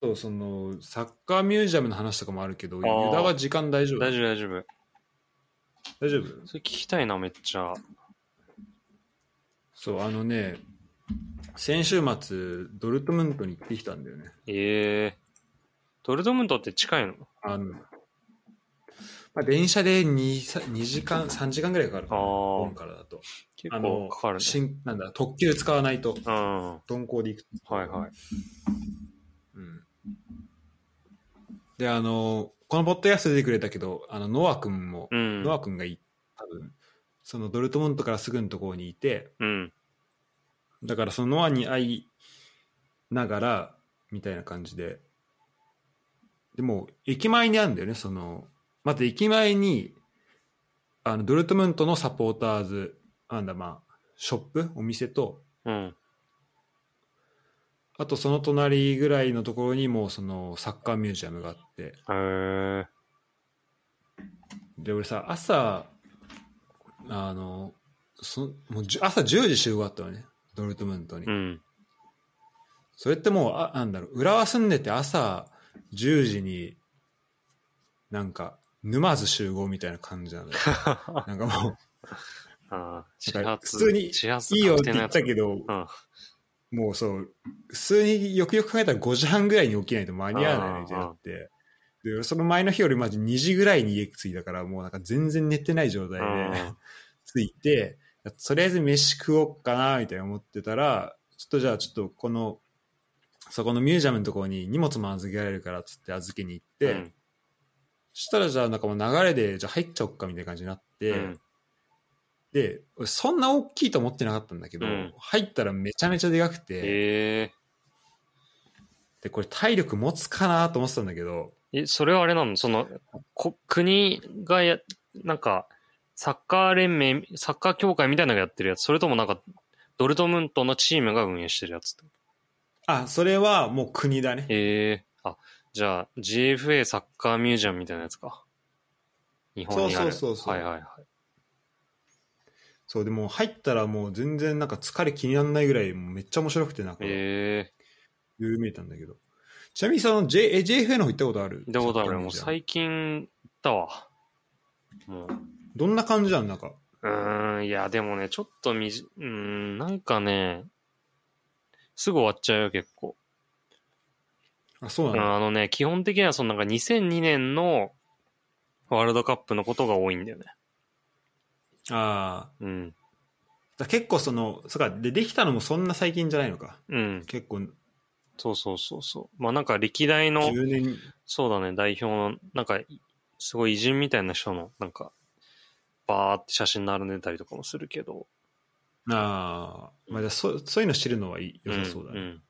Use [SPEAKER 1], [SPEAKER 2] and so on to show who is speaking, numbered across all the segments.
[SPEAKER 1] とそのサッカーミュージアムの話とかもあるけど、湯田
[SPEAKER 2] ー
[SPEAKER 1] は時間大丈夫
[SPEAKER 2] 大丈夫、大丈夫。
[SPEAKER 1] 大丈夫
[SPEAKER 2] それ聞きたいな、めっちゃ。
[SPEAKER 1] そう、あのね、先週末、ドルトムントに行ってきたんだよね。
[SPEAKER 2] ええドルトムントって近いの
[SPEAKER 1] あの、まあ、電車で 2, さ2時間、3時間ぐらいかかるかな。
[SPEAKER 2] あー
[SPEAKER 1] 日本からだと。
[SPEAKER 2] 結
[SPEAKER 1] あ
[SPEAKER 2] 構
[SPEAKER 1] の、
[SPEAKER 2] かかるね。
[SPEAKER 1] 新なんだ、特急使わないと、
[SPEAKER 2] うん。は
[SPEAKER 1] 鈍行で行くと。
[SPEAKER 2] いはい。
[SPEAKER 1] うん。で、あの、このポッドキャストで出てくれたけど、あの、ノア君も、
[SPEAKER 2] うん。
[SPEAKER 1] ノア君がい多分、そのドルトムントからすぐのところにいて、
[SPEAKER 2] うん。
[SPEAKER 1] だからそのノアに会いながら、みたいな感じで。でも、駅前にあるんだよね、その、まず駅前に、あの、ドルトムントのサポーターズ、なんだ、まあ、ショップお店と、
[SPEAKER 2] うん。
[SPEAKER 1] あとその隣ぐらいのところにも、その、サッカーミュージアムがあって、
[SPEAKER 2] へえ
[SPEAKER 1] で俺さ朝あのそもうじゅ朝10時集合あったのねドルトムントに、
[SPEAKER 2] うん。
[SPEAKER 1] それってもうあなんだろう浦和住んでて朝10時になんか沼津集合みたいな感じなのよなん かもう
[SPEAKER 2] ああ、
[SPEAKER 1] だ
[SPEAKER 2] 始
[SPEAKER 1] から
[SPEAKER 2] 発。
[SPEAKER 1] 普通に
[SPEAKER 2] 始発
[SPEAKER 1] いいよっ
[SPEAKER 2] 確
[SPEAKER 1] て
[SPEAKER 2] 定の
[SPEAKER 1] 言
[SPEAKER 2] や
[SPEAKER 1] っ
[SPEAKER 2] つ
[SPEAKER 1] た。けど
[SPEAKER 2] うん。
[SPEAKER 1] もうそう普通によくよく考えたら5時半ぐらいに起きないと間に合わないみたいになってで俺その前の日よりまず2時ぐらいに家着いたからもうなんか全然寝てない状態で、
[SPEAKER 2] うん
[SPEAKER 1] ついて、とりあえず飯食おうかな、みたいな思ってたら、ちょっとじゃあちょっとこの、そこのミュージアムのところに荷物も預けられるからっつって預けに行って、
[SPEAKER 2] うん
[SPEAKER 1] そしたらじゃあなんかもう流れで、じゃあ入っちゃおっかみたいな感じになって、
[SPEAKER 2] うん
[SPEAKER 1] で、俺そんな大きいと思ってなかったんだけど、
[SPEAKER 2] うん
[SPEAKER 1] 入ったらめちゃめちゃでかくて、
[SPEAKER 2] え
[SPEAKER 1] で、これ体力持つかなと思ってたんだけど、
[SPEAKER 2] ええ、それはあれなのその、こ国がや、なんか、サッカー連盟、サッカー協会みたいなのがやってるやつ、それともなんか、ドルトムントのチームが運営してるやつって
[SPEAKER 1] あ、それはもう国だね。
[SPEAKER 2] ええあ、じゃあ GFA サッカーミュージアムみたいなやつか。日本にある。
[SPEAKER 1] そうそうそうそう
[SPEAKER 2] はいはいはい。
[SPEAKER 1] そう、でもう入ったらもう全然なんか疲れ気にならないぐらい、もうめっちゃ面白くてなんか、
[SPEAKER 2] え
[SPEAKER 1] 有名なんだけど。ちなみにその J、え JFA の方行ったことある
[SPEAKER 2] えー。でもだからも
[SPEAKER 1] サッカーの
[SPEAKER 2] う
[SPEAKER 1] じゃん
[SPEAKER 2] 最近行ったわ。もう。
[SPEAKER 1] どんな感じなんなんか。
[SPEAKER 2] うーん、いやでもね、ちょっとみじ、うーん、なんかね、すぐ終わっちゃうよ結構。
[SPEAKER 1] あ、そうなん
[SPEAKER 2] うん
[SPEAKER 1] だ。
[SPEAKER 2] あのね、基本的にはそのなんか2002年のワールドカップのことが多いんだよね。
[SPEAKER 1] ああ。
[SPEAKER 2] うん。
[SPEAKER 1] だから結構その、そっか、で、できたのもそんな最近じゃないのか。
[SPEAKER 2] うん。
[SPEAKER 1] 結構、
[SPEAKER 2] そうそうそうそう。まあなんか歴代の。
[SPEAKER 1] 10年。
[SPEAKER 2] そうだね、代表の、なんか、いすごい偉人みたいな人の、なんか、バーって写真並んでたりとかもするけど。
[SPEAKER 1] ああ。まあ、じゃあそそういうの知るのはいい良さそうだね。
[SPEAKER 2] んん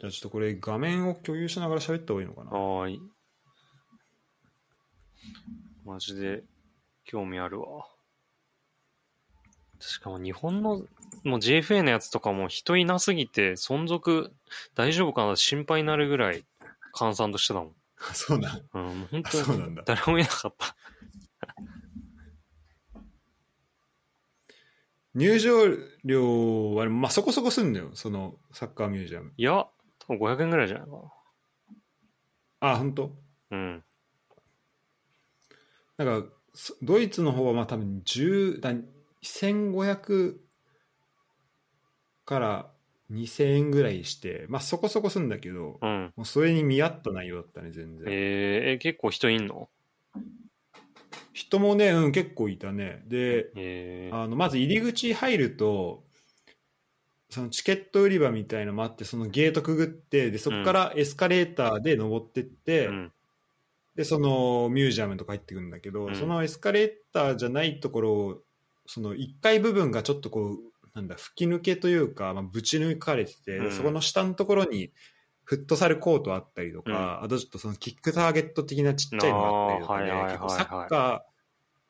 [SPEAKER 1] じゃあちょっとこれ画面を共有しながら喋った方がいいのかな。
[SPEAKER 2] はーい。マジで、興味あるわ。しかも日本の、もう JFA のやつとかも人いなすぎて、存続大丈夫かな心配になるぐらい、閑散としてたもん。
[SPEAKER 1] あ そうなん
[SPEAKER 2] うん、もう本
[SPEAKER 1] あ
[SPEAKER 2] 当
[SPEAKER 1] そう
[SPEAKER 2] に
[SPEAKER 1] なんだ。
[SPEAKER 2] 誰もいなかった。
[SPEAKER 1] 入場料は、まあ、そこそこすんのよ。その、サッカーミュージアム。
[SPEAKER 2] いや、多分500円ぐらいじゃないか
[SPEAKER 1] あ、本当。
[SPEAKER 2] な。うん。
[SPEAKER 1] なんか、そドイツの方はまあ多分10だ1500から2000円ぐらいして、まあそこそこするんだけど、
[SPEAKER 2] うん。
[SPEAKER 1] もうそれに見合った内容だったね、全然。
[SPEAKER 2] えー、え結構人いんの
[SPEAKER 1] 人もね、うん、結構いたね。で、
[SPEAKER 2] えー、
[SPEAKER 1] あのまず入り口入ると、そのチケット売り場みたいのもあって、そのゲートくぐって、でそこからエスカレーターで登ってって、
[SPEAKER 2] うん、
[SPEAKER 1] でそのミュージアムとか入ってくるんだけど、
[SPEAKER 2] うん
[SPEAKER 1] そのエスカレーターじゃないところをその1階部分がちょっとこうなんだ吹き抜けというか、まあ、ぶち抜かれてて、
[SPEAKER 2] うん
[SPEAKER 1] そこの下のところにフットサルコートあったりとか、あとちょっとそのキックターゲット的なちっちゃいのがあったりとかで、
[SPEAKER 2] あーはいはいはいはい
[SPEAKER 1] 結構サッカ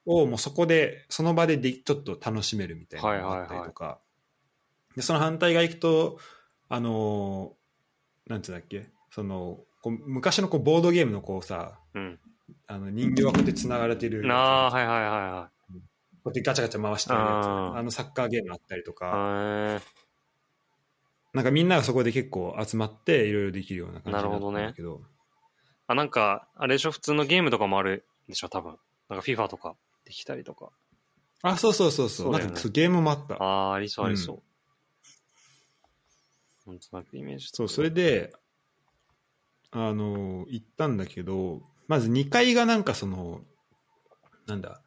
[SPEAKER 1] ーをもうそこでその場ででちょっと楽しめるみたいなのがあったりとか、でその反対側行くとあのーなんつうんだっけそのこう昔のこうボードゲームのこうさ
[SPEAKER 2] うん。
[SPEAKER 1] あの人形がこうやって繋がれてる、
[SPEAKER 2] なあ、
[SPEAKER 1] こ
[SPEAKER 2] はいはいは
[SPEAKER 1] うやってガチャガチャ回してるやつ、
[SPEAKER 2] あー
[SPEAKER 1] あのサッカーゲームあったりと
[SPEAKER 2] い
[SPEAKER 1] か、
[SPEAKER 2] はい。
[SPEAKER 1] なんかみんながそこで結構集まっていろいろできるような感じになったんだけど
[SPEAKER 2] あ、なんか、あれでしょ普通のゲームとかもあるでしょ多分。なんか FIFA とかできたりとか。
[SPEAKER 1] あそうそうそうそう
[SPEAKER 2] そうだよね
[SPEAKER 1] なんかそうゲームもあった
[SPEAKER 2] ああ、ありそうありそう。なんとなくイメージ。
[SPEAKER 1] そうそれであの行ったんだけどまず2階がなんかそのなんだ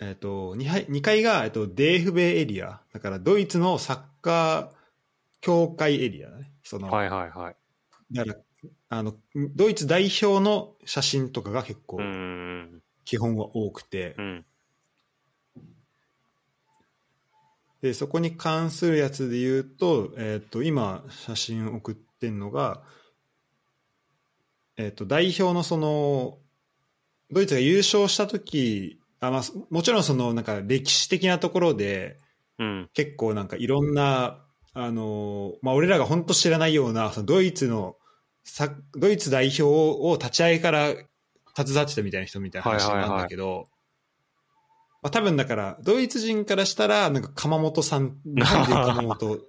[SPEAKER 1] えっ、と 2, 階2階が、えっとデーフベイエリアだからドイツのサッカー協会エリアだねその、
[SPEAKER 2] はいはいはい。
[SPEAKER 1] だからあのドイツ代表の写真とかが結構
[SPEAKER 2] うーん。
[SPEAKER 1] 基本は多くて、
[SPEAKER 2] うん。
[SPEAKER 1] でそこに関するやつで言うと,、えー、と今写真送ってんのが、えー、と代表のそのドイツが優勝した時あ、まあ、そもちろんそのなんか歴史的なところで
[SPEAKER 2] うん。
[SPEAKER 1] 結構なんかいろんな、あのまあ、俺らが本当知らないようなそのドイツのサッドイツ代表を立ち会いから携わってたみたいな人みたいな話
[SPEAKER 2] はいはいはい
[SPEAKER 1] なんだけど、まあ、多分だからドイツ人からしたらなんか鎌本さんなんで鎌本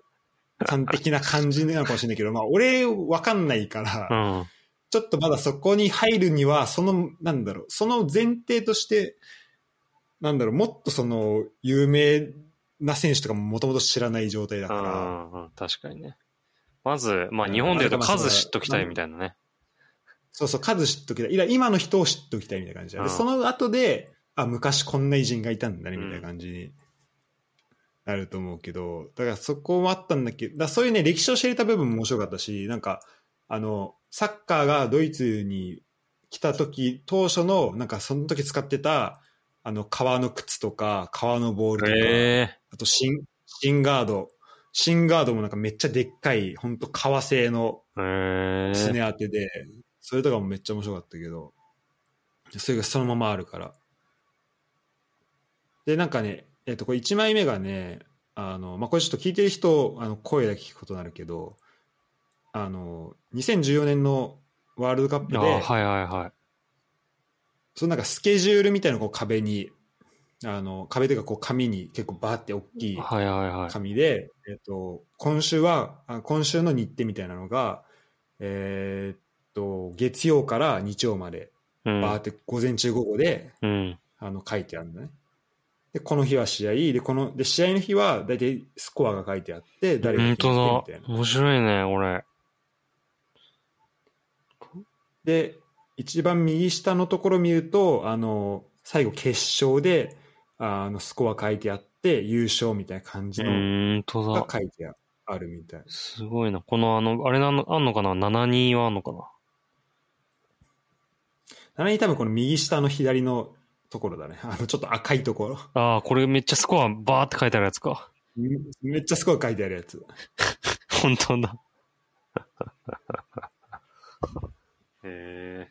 [SPEAKER 1] さん的な感じなのかもしれないけど、まあ、俺わかんないから、
[SPEAKER 2] うん。
[SPEAKER 1] ちょっとまだそこに入るには、その、なんだろう、その前提として、なんだろう、もっとその、有名な選手とかももともと知らない状態だか
[SPEAKER 2] うんうん確かにね。まず、まあ
[SPEAKER 1] うん
[SPEAKER 2] 日本で言うと
[SPEAKER 1] まあまあ
[SPEAKER 2] 数知っときたいみたいなね。
[SPEAKER 1] ら、そうそう、数知っときたい。いや今の人を知っときたいみたいな感じで、
[SPEAKER 2] うん
[SPEAKER 1] その後で、あ、昔こんな偉人がいたんだね、みたいな感じになると思うけど、だからそこもあったんだけど、だからそういうね、歴史を知れた部分も面白かったし、なんか、あの、サッカーがドイツに来た時当初のなんかその時使ってたあの革の靴とか革のボールとか、
[SPEAKER 2] え
[SPEAKER 1] あとシンシンガードシンガードもなんかめっちゃでっかい本当革製の
[SPEAKER 2] えへ
[SPEAKER 1] す
[SPEAKER 2] え
[SPEAKER 1] ね当てで、それとかもめっちゃ面白かったけどそれがそのままあるからでなんかねえっ、とこれ1枚目がねあの、まあ、これちょっと聞いてる人あの声だけ聞くことになるけどあの2014年のワールドカップで
[SPEAKER 2] ああはいはいはい。
[SPEAKER 1] そのなんかスケジュールみたいなのをこう壁に、あの壁というかこう紙に結構バーって大きい
[SPEAKER 2] はいはいはい。
[SPEAKER 1] 紙で、えっと、今週は、あ今週の日程みたいなのが、えーっと、月曜から日曜まで、
[SPEAKER 2] う
[SPEAKER 1] バー
[SPEAKER 2] ん
[SPEAKER 1] って午前中午後で、
[SPEAKER 2] うん。
[SPEAKER 1] あの書いてあるんだね。で、この日は試合、で、この、で、試合の日は大体スコアが書いてあって、誰が
[SPEAKER 2] 本
[SPEAKER 1] 決めて
[SPEAKER 2] 当
[SPEAKER 1] み
[SPEAKER 2] だ
[SPEAKER 1] たい。な。
[SPEAKER 2] 面白いね、俺。
[SPEAKER 1] で、一番右下のところ見ると、あの、最後決勝で、ああの、スコア書いてあって、優勝みたいな感じ
[SPEAKER 2] う
[SPEAKER 1] の
[SPEAKER 2] ーんと
[SPEAKER 1] が
[SPEAKER 2] だ。
[SPEAKER 1] 書いてあるみたい。
[SPEAKER 2] すごいな。この、あの、あれなの、あんのかな ?72 はあんのかな
[SPEAKER 1] なのに多分この右下の左のところだね。 あの、ちょっと赤いところ。
[SPEAKER 2] ああ、これめっちゃスコアバーって書いてあるやつか。
[SPEAKER 1] めめっちゃスコア書いてあるやつ。
[SPEAKER 2] 本当だ。 へえ。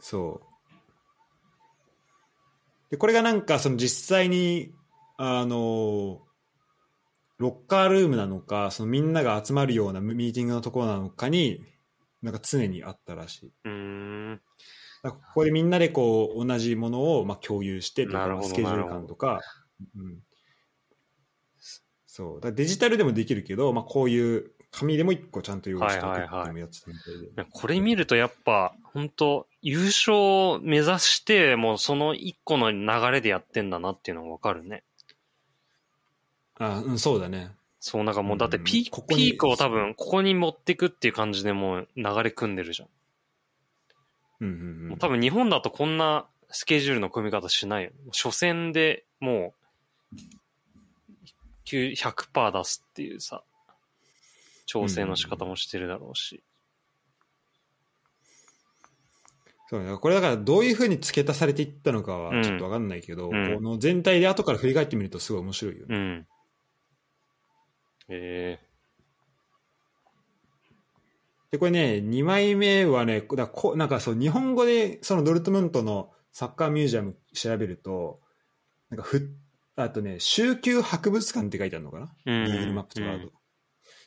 [SPEAKER 1] そう。で、これがなんか、その実際に、あの、ロッカールームなのか、そのみんなが集まるようなミーティングのところなのかに、なんか常にあったらしい。
[SPEAKER 2] うーん。
[SPEAKER 1] だからここでみんなでこう、同じものをまあ共有してと
[SPEAKER 2] なる
[SPEAKER 1] か
[SPEAKER 2] ほ、ど
[SPEAKER 1] スケジュール感とか、うん。そう。だからデジタルでもできるけど、まあこういう紙でも一個ちゃんと用意しておくっていうのもやってたみたいで。
[SPEAKER 2] いやこれ見るとやっぱ、本当優勝を目指して、もうその一個の流れでやってんだなっていうのがわかるね。
[SPEAKER 1] あ、うん、そうだね。
[SPEAKER 2] そう、なんかもうだってピ,、
[SPEAKER 1] うんここに
[SPEAKER 2] ピークを多分、ここに持ってくっていう感じでもう流れ組んでるじゃん。
[SPEAKER 1] うんうんうん。
[SPEAKER 2] もう多分日本だとこんなスケジュールの組み方しないよ。初戦でもう9 100%出すっていうさ、調整の仕方もしてるだろうし。
[SPEAKER 1] そうね、これだからどういうふうに付け足されていったのかはちょっとわかんないけど、
[SPEAKER 2] うん
[SPEAKER 1] この全体で後から振り返ってみるとすごい面白いよね。
[SPEAKER 2] うん。え
[SPEAKER 1] で、これね、2枚目はね、だこなんかそう、日本語でそのドルトムントのサッカーミュージアム調べると、なんかふ、あとね、宗教博物館って書いてあるのかな、
[SPEAKER 2] えー。
[SPEAKER 1] Google
[SPEAKER 2] うん。
[SPEAKER 1] マップとかだと。
[SPEAKER 2] うん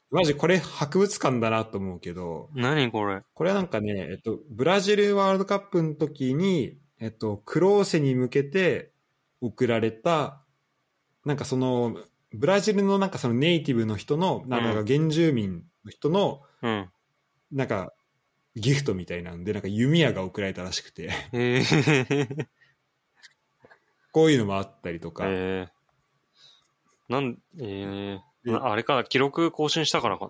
[SPEAKER 1] マジこれ博物館だなと思うけど、
[SPEAKER 2] 何これ
[SPEAKER 1] これはなんかね、えっと、ブラジルワールドカップの時に、えっと、クローセに向けて送られた、なんかその、ブラジルのなんかそのネイティブの人の、なんか原住民の人の、
[SPEAKER 2] うん。
[SPEAKER 1] なんか、ギフトみたいなんで、なんか弓矢が送られたらしくて、
[SPEAKER 2] えー、
[SPEAKER 1] こういうのもあったりとか、
[SPEAKER 2] えー、なん、え
[SPEAKER 1] で
[SPEAKER 2] ー、なあれかな、記録更新したからか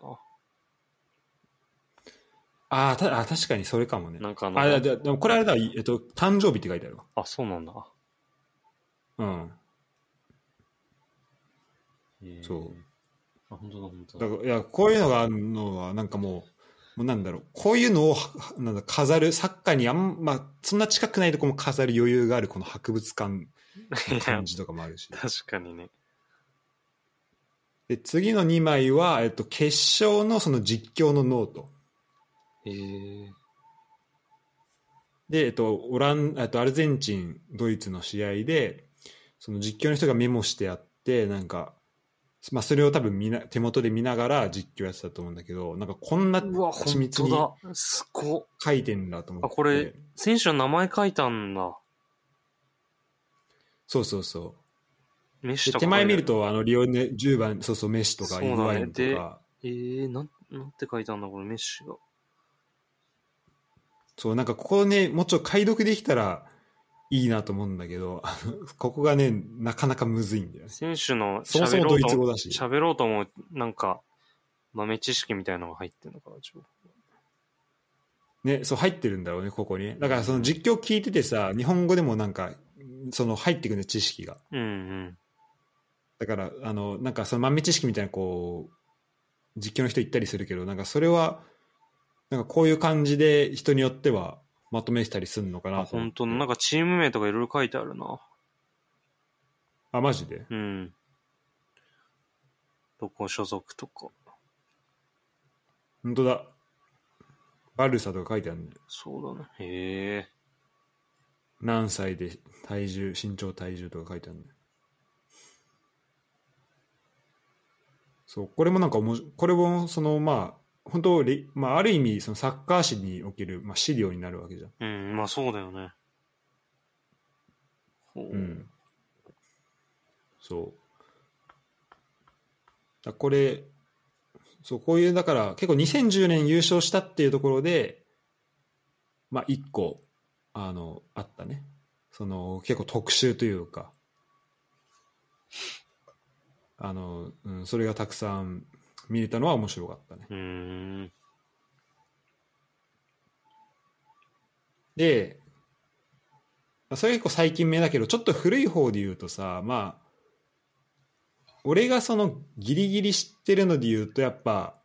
[SPEAKER 1] あーたあ、確かにそれかもね
[SPEAKER 2] な。。なんかあの、
[SPEAKER 1] あ、じゃあでもこれあれだ、えっと、誕生日って書いてあるわ。
[SPEAKER 2] あ、そうなんだ。
[SPEAKER 1] うん。
[SPEAKER 2] えー
[SPEAKER 1] そう。
[SPEAKER 2] あ、本当だ、本当
[SPEAKER 1] だ
[SPEAKER 2] だ。
[SPEAKER 1] からいやこういうのがあるのはなんかもうもうなんだろうこういうのをはなんだ飾るサッカーにあんまそんな近くないとこも飾る余裕があるこの博物館の感じとかもあるし
[SPEAKER 2] 確かにね。
[SPEAKER 1] で次の2枚は、えっと、決勝のその実況のノート
[SPEAKER 2] えー、
[SPEAKER 1] で、えっと、オランえっとアルゼンチンドイツの試合でその実況の人がメモしてあってなんか、まあ、それを多分見な手元で見ながら実況やってたと思うんだけどなんかこんな
[SPEAKER 2] うわ、
[SPEAKER 1] 緻
[SPEAKER 2] 本
[SPEAKER 1] 密に
[SPEAKER 2] 当だ。すごっ。
[SPEAKER 1] 書いてんだと思って
[SPEAKER 2] あこれ選手の名前書いたんだ。
[SPEAKER 1] そうそうそう
[SPEAKER 2] メッシ
[SPEAKER 1] で
[SPEAKER 2] とか。
[SPEAKER 1] 手前見る。とあのリオネ10番そうそうメッシとか
[SPEAKER 2] そうだね
[SPEAKER 1] イグワインと
[SPEAKER 2] で
[SPEAKER 1] か
[SPEAKER 2] えー、なん、なんて書いたんだ、これ、メッシが。
[SPEAKER 1] そうなんかここねもうちょい解読できたらいいなと思うんだけどあのここがねなかなかむずいんだよね
[SPEAKER 2] 選手の
[SPEAKER 1] そもそもドイツ語だし
[SPEAKER 2] 喋ろうと思う、なんか、豆知識みたいのが入ってるのかな、情報
[SPEAKER 1] ねそう入ってるんだろうねここにだからその実況聞いててさ日本語でもなんかその入ってくるね知識が
[SPEAKER 2] うんうん。
[SPEAKER 1] だからあのなんかその豆知識みたいなこう実況の人言ったりするけどなんかそれはなんかこういう感じで人によってはまとめてたりするのか
[SPEAKER 2] あ、
[SPEAKER 1] なと思っ
[SPEAKER 2] 本
[SPEAKER 1] て
[SPEAKER 2] 当だなんかチーム名とかいろいろ書いてあるな。
[SPEAKER 1] あマジで
[SPEAKER 2] うん。どこ所属とか。
[SPEAKER 1] 本当だバルサとか書いてあるね
[SPEAKER 2] そうだね。へえ。
[SPEAKER 1] 何歳で体重身長体重とか書いてあるねそうこれもなんかおもしこれもそのまあ本当りまあある意味そのサッカー史における、まあ、資料になるわけじゃん、
[SPEAKER 2] うん、まあそうだよね。ほう
[SPEAKER 1] うん、そうだこれそうこういうだから結構2010年優勝したっていうところでまあ一個あのあったねその結構特集というかあの、うん、それがたくさん見れたのは面白かったね
[SPEAKER 2] うーん。
[SPEAKER 1] で、まあそれ結構最近目だけど、ちょっと古い方で言うとさ、まあ、俺がそのギリギリ知ってるので言うと、やっぱ、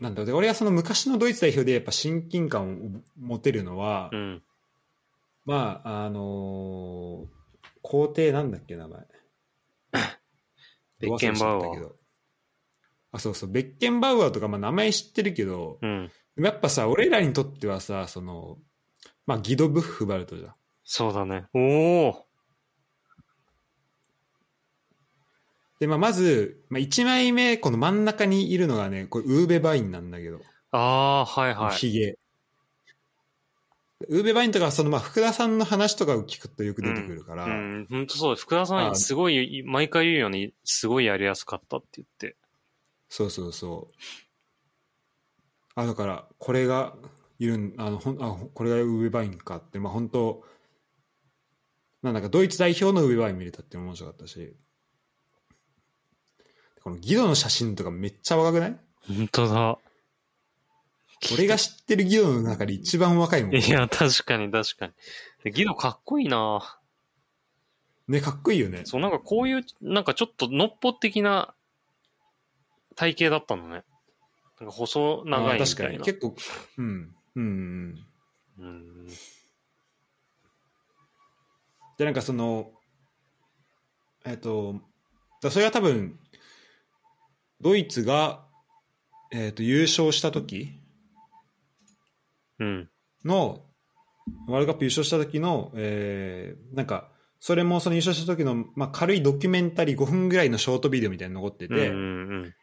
[SPEAKER 1] なんだろうで、俺がその昔のドイツ代表でやっぱ親近感を持てるのは、
[SPEAKER 2] うん。
[SPEAKER 1] まあ、あのー皇帝なんだっけ、名前。
[SPEAKER 2] ベッケンバウアー
[SPEAKER 1] 忘れちゃったけどあ、そうそう、ベッケンバウアーとか、まあ名前知ってるけど、
[SPEAKER 2] うん。
[SPEAKER 1] やっぱさ、俺らにとってはさ、その、まあギド・ブッフバルトじゃん。
[SPEAKER 2] そうだね。おお
[SPEAKER 1] で、まあ、まず、まあ、1枚目、この真ん中にいるのがね、これ、ウーベ・バインなんだけど、
[SPEAKER 2] ああー、はいはい。
[SPEAKER 1] ヒゲ。ウーベ・バインとかは、その、まあ、福田さんの話とかを聞くとよく出てくるから、
[SPEAKER 2] うん、本当そう。福田さ
[SPEAKER 1] あ
[SPEAKER 2] ん、すごい、毎回言うように、すごいやりやすかったって言って。
[SPEAKER 1] そうそうそう。あ、だから、これが、いるん、あの、ほん、あ、これがウーベ・バインかって、まあ、本当なんだか、ドイツ代表のウーベ・バイン見れたって面白かったし、このギドの写真とかめっちゃ若くない
[SPEAKER 2] 本当だ。
[SPEAKER 1] 俺が知ってるギドの中で一番若いもん。
[SPEAKER 2] いや、確かに確かに。で、ギドかっこいいな
[SPEAKER 1] ね、かっこいいよね。
[SPEAKER 2] そう、なんかこういう、なんかちょっとのっぽ的な体型だったのね。なんか細長い
[SPEAKER 1] あ
[SPEAKER 2] み
[SPEAKER 1] ー確
[SPEAKER 2] た
[SPEAKER 1] か
[SPEAKER 2] い
[SPEAKER 1] に。
[SPEAKER 2] な。
[SPEAKER 1] 結構、うん。うんうん。
[SPEAKER 2] うん。
[SPEAKER 1] で、なんかその、えっ、と、だそれは多分、ドイツが、えっ、と、優勝した時
[SPEAKER 2] うん。
[SPEAKER 1] の、ワールドカップ優勝した時の、えーなんか、それもその優勝した時の、まあ、軽いドキュメンタリー5分ぐらいのショートビデオみたいに残って
[SPEAKER 2] う
[SPEAKER 1] て、
[SPEAKER 2] んうん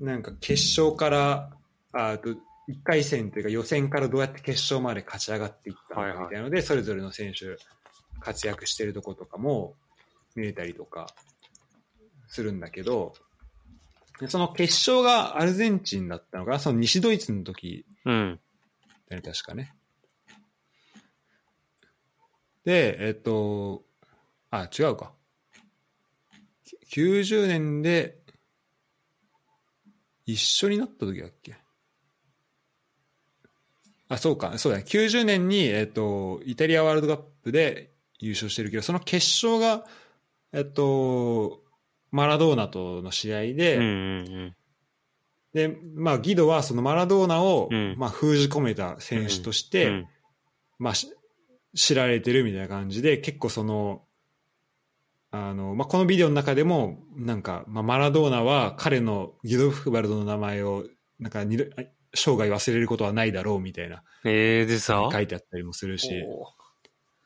[SPEAKER 1] なんか決勝から、あと1回戦というか予選からどうやって決勝まで勝ち上がっていったのかみたいなので、それぞれの選手活躍してるとことかも見れたりとか、するんだけど、でその決勝がアルゼンチンだったのかな、その西ドイツの時
[SPEAKER 2] うん。
[SPEAKER 1] だね、確かね。で、えっと、あ、違うか。き90年で、一緒になった時だっけあ、そうか、そうだね。90年に、えっと、イタリアワールドカップで優勝してるけど、その決勝が、えっと、マラドーナとの試合で、
[SPEAKER 2] うんうん
[SPEAKER 1] で、まあ、ギドはそのマラドーナを、
[SPEAKER 2] うん
[SPEAKER 1] まあ、封じ込めた選手とし
[SPEAKER 2] うん。
[SPEAKER 1] て、
[SPEAKER 2] うん
[SPEAKER 1] まあ、し知られてるみたいな感じで結構そのあの、まあ、このビデオの中でもなんか、まあ、マラドーナは彼のギドフバルドの名前をなんか二度あ生涯忘れることはないだろうみたいな
[SPEAKER 2] ええでさ、
[SPEAKER 1] 書いてあったりもするし
[SPEAKER 2] おー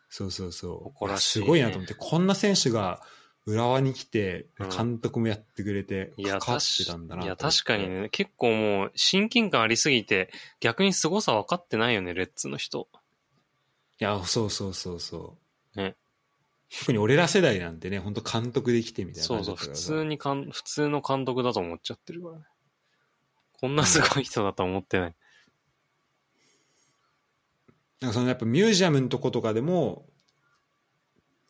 [SPEAKER 1] そうそうそう
[SPEAKER 2] 誇らしい
[SPEAKER 1] す
[SPEAKER 2] ね
[SPEAKER 1] ごいなと思ってこんな選手が浦和に来て
[SPEAKER 2] うん
[SPEAKER 1] 監督もやってくれて
[SPEAKER 2] い
[SPEAKER 1] 関
[SPEAKER 2] や、
[SPEAKER 1] わ
[SPEAKER 2] 確
[SPEAKER 1] ってたんだ
[SPEAKER 2] か
[SPEAKER 1] な
[SPEAKER 2] に。いや、
[SPEAKER 1] と思って
[SPEAKER 2] 確かにね、結構もう、親近感ありすぎて、逆に凄さ分かってないよね、レッツの人。
[SPEAKER 1] いやそうそうそうそう、
[SPEAKER 2] ね
[SPEAKER 1] 特に俺ら世代なんてね本当監督できてみたいな
[SPEAKER 2] そう
[SPEAKER 1] 感じ
[SPEAKER 2] そ
[SPEAKER 1] だ
[SPEAKER 2] う、
[SPEAKER 1] った
[SPEAKER 2] 普
[SPEAKER 1] からさ
[SPEAKER 2] 通にかん、普通の監督だと思っちゃってるからね。こんなすごい人だと思ってない。
[SPEAKER 1] なんかそのやっぱミュージアムのとことかでも、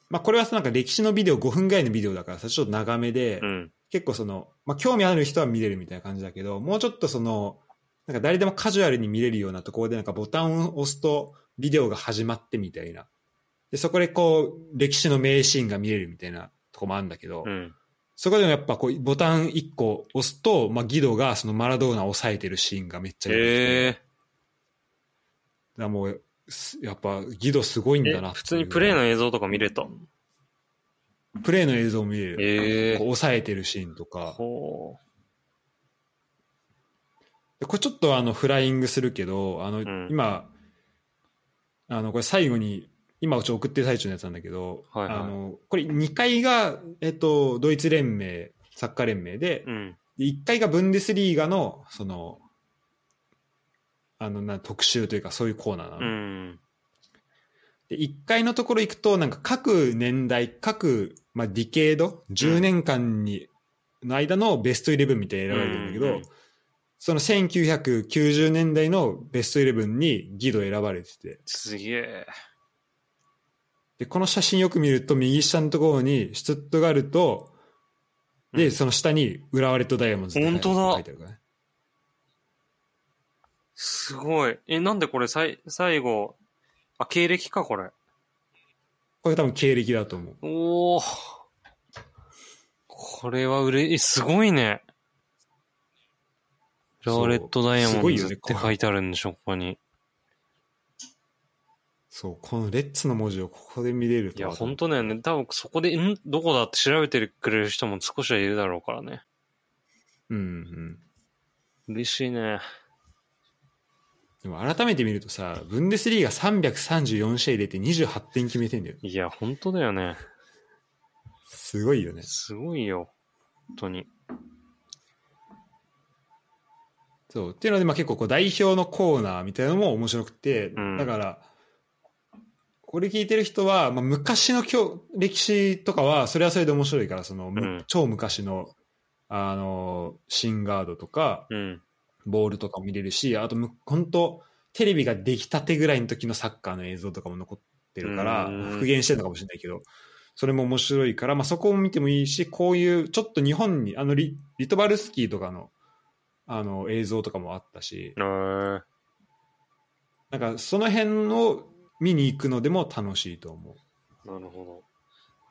[SPEAKER 1] まあ、これはさなんか歴史のビデオ5分ぐらいのビデオだからさちょっと長めで、
[SPEAKER 2] うん。
[SPEAKER 1] 結構その、まあ、興味ある人は見れるみたいな感じだけどもうちょっとそのなんか誰でもカジュアルに見れるようなところでなんかボタンを押すとビデオが始まってみたいなでそこでこう歴史の名シーンが見れるみたいなとこもあるんだけど、
[SPEAKER 2] うん。
[SPEAKER 1] そこでもやっぱこうボタン1個押すと、まあ、ギドがそのマラドーナを抑えてるシーンがめっちゃ出てきてだ
[SPEAKER 2] え
[SPEAKER 1] からもうすやっぱギドすごいん
[SPEAKER 2] え
[SPEAKER 1] だなっていう
[SPEAKER 2] 普通にプレイの映像とか見れた。
[SPEAKER 1] プレイの映像を見れる、
[SPEAKER 2] え
[SPEAKER 1] こう抑えてるシーンとか
[SPEAKER 2] ほ
[SPEAKER 1] でこれちょっとあのフライングするけどあの、
[SPEAKER 2] ん
[SPEAKER 1] 今あのこれ最後に今うち送ってる最中のやつなんだけど、
[SPEAKER 2] はいはい
[SPEAKER 1] あのこれ2階が、えっと、ドイツ連盟サッカー連盟で,、
[SPEAKER 2] う。うん。
[SPEAKER 1] で1階がブンデスリーガのそのあのな特集というかそういうコーナーなの、
[SPEAKER 2] うん。
[SPEAKER 1] で1階のところ行くとなんか各年代各、まあ、ディケード10年間に、の間のベストイレブンみたいなのが選ばれてるんだけど、
[SPEAKER 2] うんうん
[SPEAKER 1] その1990年代のベストイレブンにギド選ばれてて
[SPEAKER 2] すげえ。
[SPEAKER 1] でこの写真よく見ると右下のところにシュツットガルトで、
[SPEAKER 2] うん
[SPEAKER 1] その下に浦和レッドダイヤモンドって
[SPEAKER 2] 本当だ
[SPEAKER 1] 書いてあるからね
[SPEAKER 2] すごい。え、なんでこれさい最後、あ、経歴か、これ。
[SPEAKER 1] これ多分経歴だと思う
[SPEAKER 2] おお。これはうれ、えすごいね。ラ
[SPEAKER 1] そう
[SPEAKER 2] ーレットダイヤ
[SPEAKER 1] す
[SPEAKER 2] モ
[SPEAKER 1] ご
[SPEAKER 2] ン
[SPEAKER 1] い
[SPEAKER 2] ド
[SPEAKER 1] よ
[SPEAKER 2] っ
[SPEAKER 1] ね
[SPEAKER 2] て書いてあるんでしょ、ここに。
[SPEAKER 1] そうこのレッツの文字をここで見れる
[SPEAKER 2] い
[SPEAKER 1] と
[SPEAKER 2] や、
[SPEAKER 1] は
[SPEAKER 2] 本当だよね。多分そこで、んどこだって調べてくれる人も少しはいるだろうからね。
[SPEAKER 1] うんうん
[SPEAKER 2] 嬉しいね。
[SPEAKER 1] でも改めて見るとさ、ブンデスリーガ334試合出て28点決めてんだよ。
[SPEAKER 2] いや、本当だよね。
[SPEAKER 1] すごいよね。
[SPEAKER 2] すごいよ。本当に。
[SPEAKER 1] そう。っていうので、まあ結構こう代表のコーナーみたいなのも面白くて、
[SPEAKER 2] うん
[SPEAKER 1] だから、これ聞いてる人は、まあ、昔の教歴史とかは、それはそれで面白いから、その、む
[SPEAKER 2] うん
[SPEAKER 1] 超昔の、あの、シンガードとか、
[SPEAKER 2] うん。
[SPEAKER 1] ボールとかも見れるし、あとむ、本当テレビができたてぐらいの時のサッカーの映像とかも残ってるから、
[SPEAKER 2] うん
[SPEAKER 1] 復元してるのかもしれないけど、それも面白いから、まあ、そこを見てもいいし、こういう、ちょっと日本に、あのリ、リトバルスキーとかの、あの、映像とかもあったし、
[SPEAKER 2] えー、
[SPEAKER 1] なんか、その辺を見に行くのでも楽しいと思う。
[SPEAKER 2] なるほど。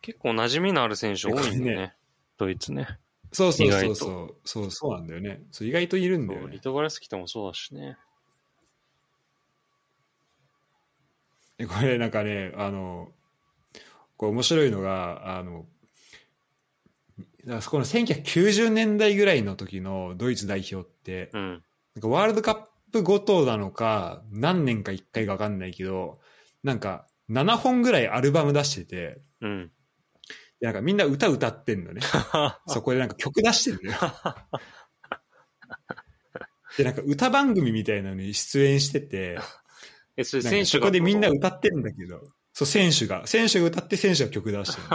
[SPEAKER 2] 結構馴染みのある選手多いんだよね。ドイツね。
[SPEAKER 1] そうそう
[SPEAKER 2] 意
[SPEAKER 1] そう
[SPEAKER 2] 外
[SPEAKER 1] そう、そう、そうなんだよね。そう、意外といるんだ
[SPEAKER 2] そ
[SPEAKER 1] よ
[SPEAKER 2] う
[SPEAKER 1] ね
[SPEAKER 2] リ。トガレスキともそうだしね。
[SPEAKER 1] でこれなんかねあのこれ面白いのがあのだからそこの1990年代ぐらいの時のドイツ代表って
[SPEAKER 2] うん。
[SPEAKER 1] なんかワールドカップごとなのか何年か1回か分かんないけどなんか7本ぐらいアルバム出してて
[SPEAKER 2] うん。
[SPEAKER 1] でなんかみんな歌歌ってんのねそこでなんか曲出してんのよでなんか歌番組みたいなのに出演してて
[SPEAKER 2] え、それ
[SPEAKER 1] なん
[SPEAKER 2] 選
[SPEAKER 1] か
[SPEAKER 2] 手
[SPEAKER 1] そ
[SPEAKER 2] が。
[SPEAKER 1] こでみんな歌ってんだけど、そう、 選手が、選手が歌って選手が曲出してる。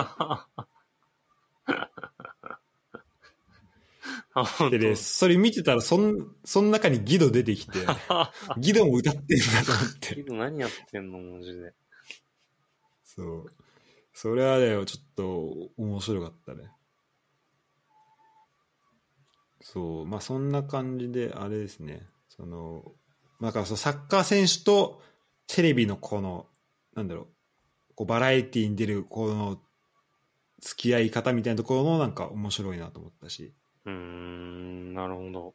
[SPEAKER 2] あ、本
[SPEAKER 1] でね、
[SPEAKER 2] 当。
[SPEAKER 1] それ見てたら、そん、その中にギド出て きて、ギドも歌ってんだと思って。
[SPEAKER 2] けど何やってんのマジで。
[SPEAKER 1] そう。それはね、ちょっと面白かったね。そう、まあそんな感じで、あれですね。その、まあだからそのサッカー選手とテレビのこの、なんだろう、こうバラエティに出るこの付き合い方みたいなところもなんか面白いなと思ったし。
[SPEAKER 2] うーん、なるほど。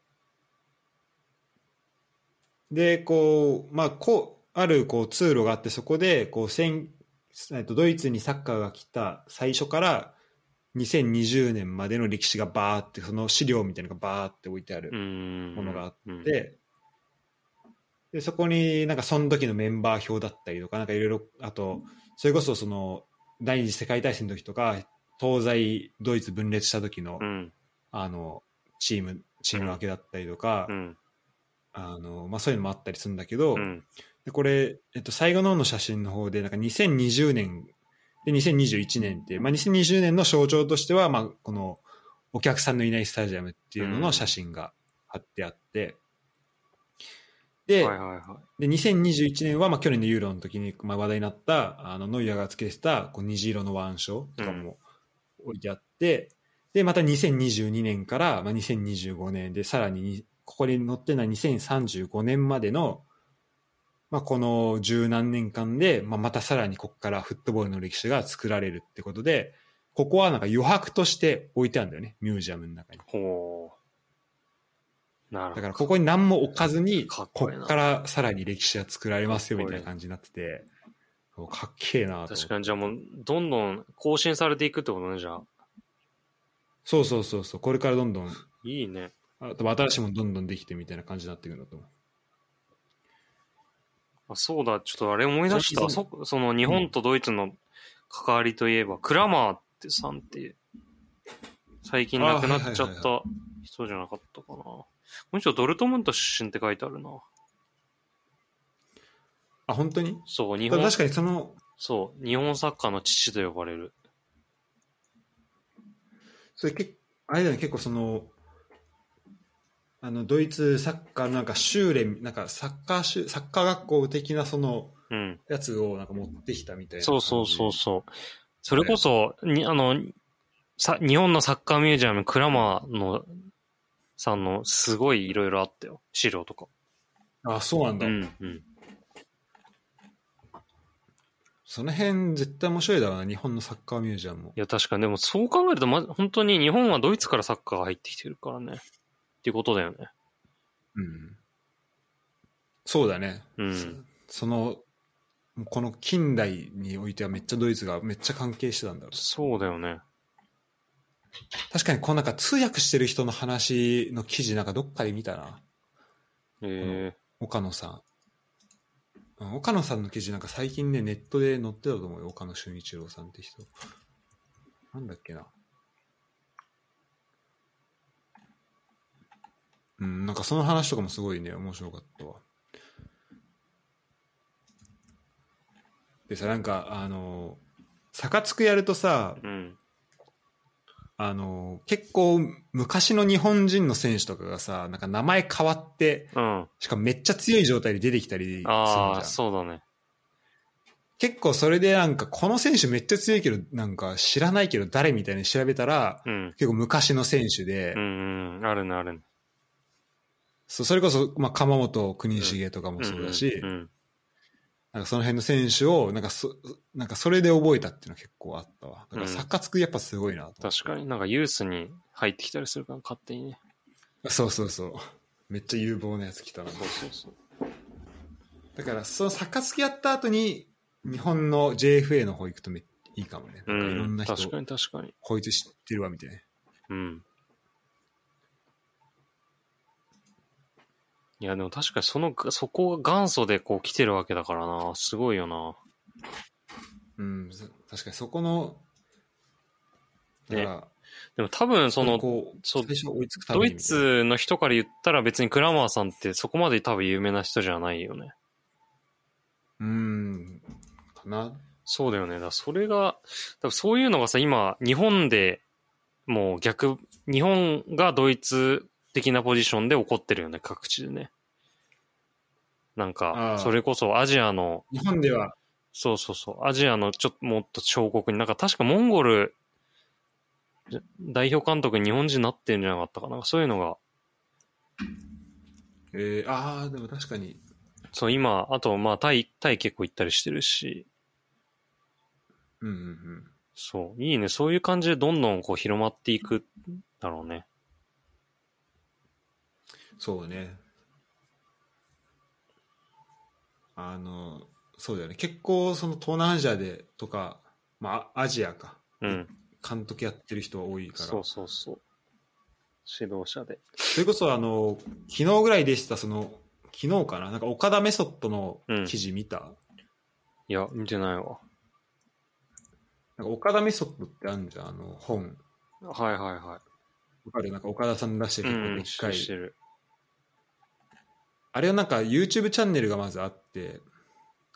[SPEAKER 1] でこう、まあ、こうあるこう通路があってそこでこう戦えっとドイツにサッカーが来た最初から2020年までの歴史がバーってその資料みたいなのがバーって置いてあ
[SPEAKER 2] うー
[SPEAKER 1] る
[SPEAKER 2] ん。
[SPEAKER 1] ものがあっ
[SPEAKER 2] うん
[SPEAKER 1] て、でそこになんかその時のメンバー表だったりとかなんかいろいろあとそれこそその第二次世界大戦の時とか東西ドイツ分裂した時の,、
[SPEAKER 2] うん。
[SPEAKER 1] あのチームチーム分けだったりとか、
[SPEAKER 2] うん。
[SPEAKER 1] あのまあ、そういうのもあったりするんだけど、
[SPEAKER 2] うん。
[SPEAKER 1] でこれ、えっと、最後の方の写真の方でなんか2020年で2021年って、まあ、2020年の象徴としては、まあ、このお客さんのいないスタジアムっていうの
[SPEAKER 2] うん
[SPEAKER 1] の写真が貼ってあって、で,、
[SPEAKER 2] はいはいは
[SPEAKER 1] で2021年は、まあ、去年のユーロの時に、まあ、話題になったあのノイアーがつけてたこう虹色の腕章とかも置いてあって、でまた2022年から、まあ、2025年でさらににここに載ってるのは2035年までの、まあ、この十何年間で、まあ、またさらにここからフットボールの歴史が作られるってことでここはなんか余白として置いてあるんだよねミュージアムの中に
[SPEAKER 2] い。ほう。
[SPEAKER 1] だ
[SPEAKER 2] なるほ
[SPEAKER 1] か
[SPEAKER 2] ど。
[SPEAKER 1] らここに何も置かずにこ
[SPEAKER 2] かっこいいな
[SPEAKER 1] こからさらに歴史が作られますよ
[SPEAKER 2] かっ
[SPEAKER 1] み
[SPEAKER 2] こい
[SPEAKER 1] た
[SPEAKER 2] い
[SPEAKER 1] いな感じになっててそうかっけえなと思って
[SPEAKER 2] 確かに、じゃあもう、どんどん更新されていくってことね、じゃあ。
[SPEAKER 1] そうそうそうそうこれからどんどん
[SPEAKER 2] いいね。
[SPEAKER 1] あと新しいものどんどんできてみたいな感じになっていくんだと思う
[SPEAKER 2] あそうだ、ちょっとあれ思い出し
[SPEAKER 1] そ
[SPEAKER 2] た。
[SPEAKER 1] う
[SPEAKER 2] そその日本とドイツの関わりといえば、クラマーってさんって、最近亡くなっちゃ
[SPEAKER 1] あはいはい
[SPEAKER 2] っ
[SPEAKER 1] はい
[SPEAKER 2] た人じゃなかったかな。この人ドルトムント出身って書いてあるな。
[SPEAKER 1] あ本当に
[SPEAKER 2] そう、日本
[SPEAKER 1] 確、かにその
[SPEAKER 2] そう、日本サッカーの父と呼ばれる。
[SPEAKER 1] それけあれだよね結構そのあのドイツサッカーのなんか修練なんかサッカー修サッカー学校的なその
[SPEAKER 2] うん。
[SPEAKER 1] やつをなんか持ってきたみたいな
[SPEAKER 2] そうそうそう
[SPEAKER 1] 感
[SPEAKER 2] そう。それこそ、にあの、さ、日本のサッカーミュージアム、クラマーの、さんの、すごいいろいろあったよ。資料とか。
[SPEAKER 1] じあそうなん
[SPEAKER 2] う
[SPEAKER 1] だ、
[SPEAKER 2] ん、うん。
[SPEAKER 1] その辺絶対面白いだろうな日本のサッカーミュージアムも
[SPEAKER 2] いや、確かに。でも、そう考えると、ま、本当に日本はドイツからサッカーが入ってきてるからね。っていうことだよね。
[SPEAKER 1] うんそうだね、
[SPEAKER 2] うん
[SPEAKER 1] そのこの近代においてはめっちゃドイツがめっちゃ関係してたんだろう
[SPEAKER 2] そうだよね。
[SPEAKER 1] 確かにこうなんか通訳してる人の話の記事なんかどっかで見たな
[SPEAKER 2] え
[SPEAKER 1] 岡野さんうん岡野さんの記事なんか最近ねネットで載ってたと思うよ岡野俊一郎さんって人なんだっけなうんなんかその話とかもすごいね面白かったわでさなんかあの坂つくやるとさ
[SPEAKER 2] ー、うん。
[SPEAKER 1] あの結構昔の日本人の選手とかがさなんか名前変わって
[SPEAKER 2] うん。
[SPEAKER 1] しかもめっちゃ強い状態で出てきたりするじ
[SPEAKER 2] あ
[SPEAKER 1] ゃ
[SPEAKER 2] あ、
[SPEAKER 1] ん
[SPEAKER 2] そうだね。
[SPEAKER 1] 結構それでなんかこの選手めっちゃ強いけどなんか知らないけど誰みたいに調べたら
[SPEAKER 2] うん。
[SPEAKER 1] 結構昔の選手で、
[SPEAKER 2] うん、うん。あるね、あるね。
[SPEAKER 1] そうそれこそ、まあ、鎌本国重とかもそうだし、
[SPEAKER 2] うんうん。
[SPEAKER 1] なんかその辺の選手をなんかそなんかそれで覚えたっていうのは結構あったわだからサッカーつくやっぱすごいなと思って、
[SPEAKER 2] 確かになんかユースに入ってきたりするから、勝手にね。
[SPEAKER 1] そうそうそうめっちゃ有望なやつ来たな
[SPEAKER 2] そうそうそう。
[SPEAKER 1] だからそのサッカーつきやった後に日本の JFA の方行くとめいいかもね、なんかいろん
[SPEAKER 2] うん。
[SPEAKER 1] な人
[SPEAKER 2] 確かに、確かに。
[SPEAKER 1] こいつ知ってるわみたいな
[SPEAKER 2] うん。いや、でも確かにその、そこが元祖でこう来てるわけだからな。すごいよな。
[SPEAKER 1] うん、そ確かにそこの、だ
[SPEAKER 2] ね
[SPEAKER 1] から、
[SPEAKER 2] でも多分その、
[SPEAKER 1] こう
[SPEAKER 2] そう
[SPEAKER 1] 最初追いつくため
[SPEAKER 2] ド
[SPEAKER 1] に
[SPEAKER 2] イツの人から言ったら別にクラマーさんってそこまで多分有名な人じゃないよね。
[SPEAKER 1] うん、かな。
[SPEAKER 2] そうだよね。だからそれが、多分そういうのがさ、今、日本でもう逆日本がドイツ的なポジションで起こってるよね、各地でね。なん
[SPEAKER 1] あ
[SPEAKER 2] か
[SPEAKER 1] あ、
[SPEAKER 2] それこそアジアの、
[SPEAKER 1] 日本では、
[SPEAKER 2] そうそうそう、アジアのちょっともっと小国に、なんか確かモンゴル代表監督に日本人になってるんじゃなかったかな。なんかそういうのが、
[SPEAKER 1] えー、ああ、でも確かに、
[SPEAKER 2] そう今、あとまあタイ、タイ結構行ったりしてるし、
[SPEAKER 1] うんうんうん。
[SPEAKER 2] そう、いいね。そういう感じでどんどんこう広まっていくんだろうね。
[SPEAKER 1] そうね。あの、そうだよね。結構、その東南アジアでとか、まあ、アジアか。
[SPEAKER 2] うん。
[SPEAKER 1] 監督やってる人は多いから。
[SPEAKER 2] そうそうそう。指導者で。
[SPEAKER 1] それこそ、あの、昨日ぐらいでした、その、昨日かななんか、岡田メソッドの記事見た、
[SPEAKER 2] いや、見てないわ。
[SPEAKER 1] なんか、岡田メソッドってあるじゃん、あの、本。
[SPEAKER 2] はいはいは
[SPEAKER 1] わかるなんか、岡田さん出して
[SPEAKER 2] い。う
[SPEAKER 1] る結構、で
[SPEAKER 2] ん
[SPEAKER 1] っかい。
[SPEAKER 2] してる。
[SPEAKER 1] あれはなんか、YouTube チャンネルがまずあって、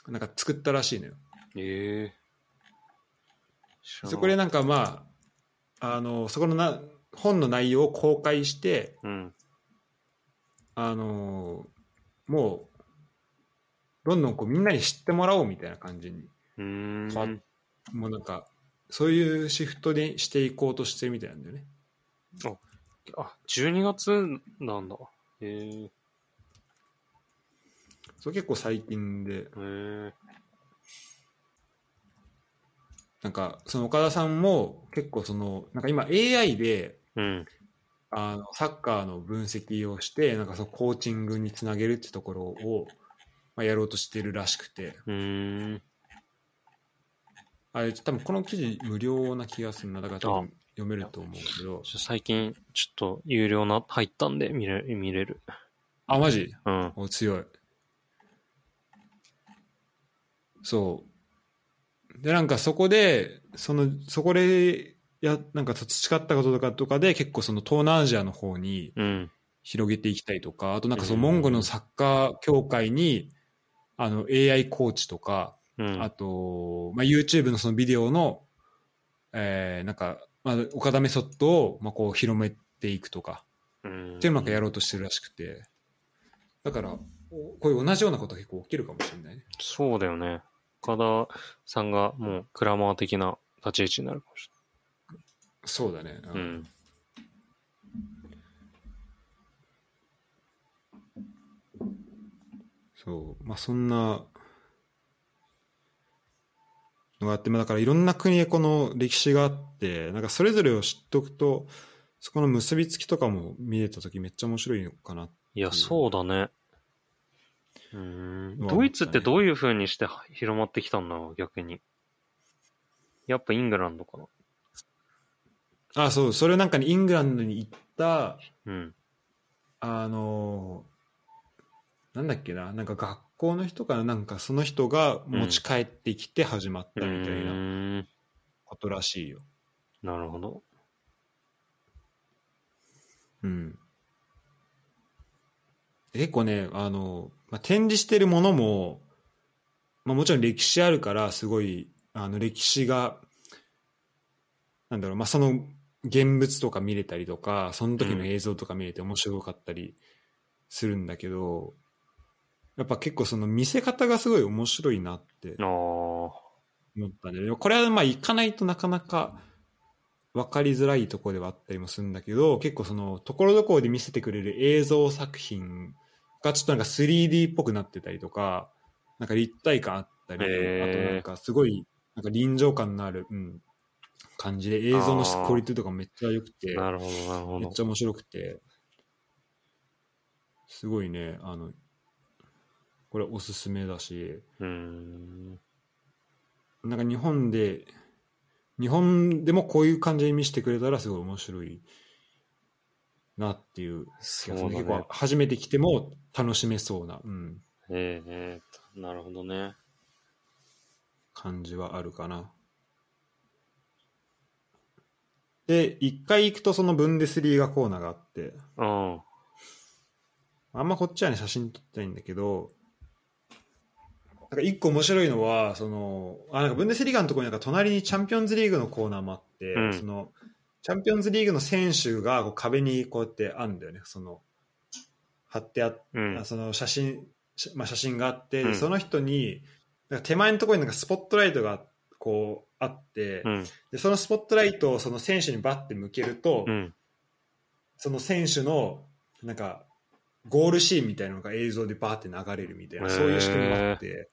[SPEAKER 1] なんか作ったらしいのよ。
[SPEAKER 2] ええー。
[SPEAKER 1] そこでなんかまあ、あの、そこのな本の内容を公開して、
[SPEAKER 2] うん。
[SPEAKER 1] あの、もう、どんどんこうみんなに知ってもらおうみたいな感じに、
[SPEAKER 2] うーん。
[SPEAKER 1] 変わっもうなんか、そういうシフトでしていこうとしてるみたいなんだよね。
[SPEAKER 2] あ、12月なんだ。ええー。
[SPEAKER 1] それ結構最近で、
[SPEAKER 2] えー。
[SPEAKER 1] なんか、その岡田さんも結構その、なんか今 AI で、
[SPEAKER 2] うん。
[SPEAKER 1] あのサッカーの分析をして、なんかそのコーチングにつなげるってところを、まあ、やろうとしてるらしくて、
[SPEAKER 2] うーん。
[SPEAKER 1] あれ、多分この記事無料な気がするな。だから多
[SPEAKER 2] あ
[SPEAKER 1] 分読めると思うけど。
[SPEAKER 2] ちょ最近、ちょっと有料な、入ったんで見れ、見れる。
[SPEAKER 1] あ、マジ
[SPEAKER 2] うん。
[SPEAKER 1] お強い。そう。で、なんかそこで、その、そこで、や、なんか培ったこととかとかで、結構その東南アジアの方に
[SPEAKER 2] うん。
[SPEAKER 1] 広げていきたいとか、あとなんかその
[SPEAKER 2] うん
[SPEAKER 1] モンゴルのサッカー協会に、あの、AI コーチとか、
[SPEAKER 2] うん。
[SPEAKER 1] あと、まあ、YouTube のそのビデオの、えーなんか、まあ、岡田メソッドを、まあ、こう広めていくとか、
[SPEAKER 2] うん
[SPEAKER 1] ってうまくやろうとしてるらしくて、だから、おこういう同じようなことが結構起きるかもしれないね。
[SPEAKER 2] そうだよね。岡田さんがもうクラマー的な立ち位置になるかもし
[SPEAKER 1] そうだね。
[SPEAKER 2] れない。うん。
[SPEAKER 1] そう。まあ、そんな、のがあって、まあ、だからいろんな国でこの歴史があって、なんかそれぞれを知っておくと、そこの結びつきとかも見れたときめっちゃ面白いのかな。
[SPEAKER 2] いや、そうだね。うーん。
[SPEAKER 1] まあ
[SPEAKER 2] ドイツってどういう風にして広まってきたんだろう、逆に。やっぱイングランドかな。
[SPEAKER 1] あ、そう。それなんかにイングランドに行った、
[SPEAKER 2] うん。
[SPEAKER 1] あのーなんだっけな、なんか学校の人からなんかその人が持ち帰ってきて始まっ
[SPEAKER 2] う
[SPEAKER 1] たみたいな
[SPEAKER 2] ーん。
[SPEAKER 1] ことらしいよ。
[SPEAKER 2] なるほど。
[SPEAKER 1] うん。結構ね、あのまあ、展示してるものも、まあ、もちろん歴史あるから、すごい、あの、歴史が、なんだろう、まあ、その現物とか見れたりとか、その時の映像とか見れて面白かったりするんだけど、やっぱ結構その見せ方がすごい面白いなって
[SPEAKER 2] あー
[SPEAKER 1] 思ったんで、でもこれはまあ行かないとなかなか分かりづらいところではあったりもするんだけど、結構そのところどころで見せてくれる映像作品がちょっとなんか 3D っぽくなってたりとか、なんか立体感あったり、
[SPEAKER 2] へー
[SPEAKER 1] あとなんかすごいなんか臨場感のある、うん、感じで映像の質
[SPEAKER 2] あー
[SPEAKER 1] クオリティとかめっちゃ良くて、
[SPEAKER 2] なるほど、なるほ
[SPEAKER 1] め
[SPEAKER 2] ど
[SPEAKER 1] っち。ゃ面白くて、すごいね、あの、これおすすめだし、
[SPEAKER 2] うーん。
[SPEAKER 1] なんか日本で、日本でもこういう感じに見せてくれたらすごい面白いなっていう気が
[SPEAKER 2] そう
[SPEAKER 1] す
[SPEAKER 2] だ
[SPEAKER 1] る、
[SPEAKER 2] ね
[SPEAKER 1] 結。構初めて来ても楽しめそうな、うん、
[SPEAKER 2] えーえーなるほどね。
[SPEAKER 1] 感じはあるかな。で、一回行くとそのブンデスリーガコーナーがあって、
[SPEAKER 2] うん。
[SPEAKER 1] あんまこっちはね、写真撮ってないんだけど、なんか一個面白いのは、その、あ、なんかブンデスリーガのところになんか隣にチャンピオンズリーグのコーナーもあって、
[SPEAKER 2] うん
[SPEAKER 1] その、チャンピオンズリーグの選手がこう壁にこうやってあるんだよね、その、貼ってあっ
[SPEAKER 2] うん。
[SPEAKER 1] その写真,、まあ、写真があって、
[SPEAKER 2] うん
[SPEAKER 1] その人になんか手前のところになんかスポットライトがこうあって、
[SPEAKER 2] うん。
[SPEAKER 1] でそのスポットライトをその選手にバッて向けると、
[SPEAKER 2] うん。
[SPEAKER 1] その選手のなんかゴールシーンみたいなのが映像でバーって流れるみたいな、
[SPEAKER 2] へー
[SPEAKER 1] そういう仕組みがあって。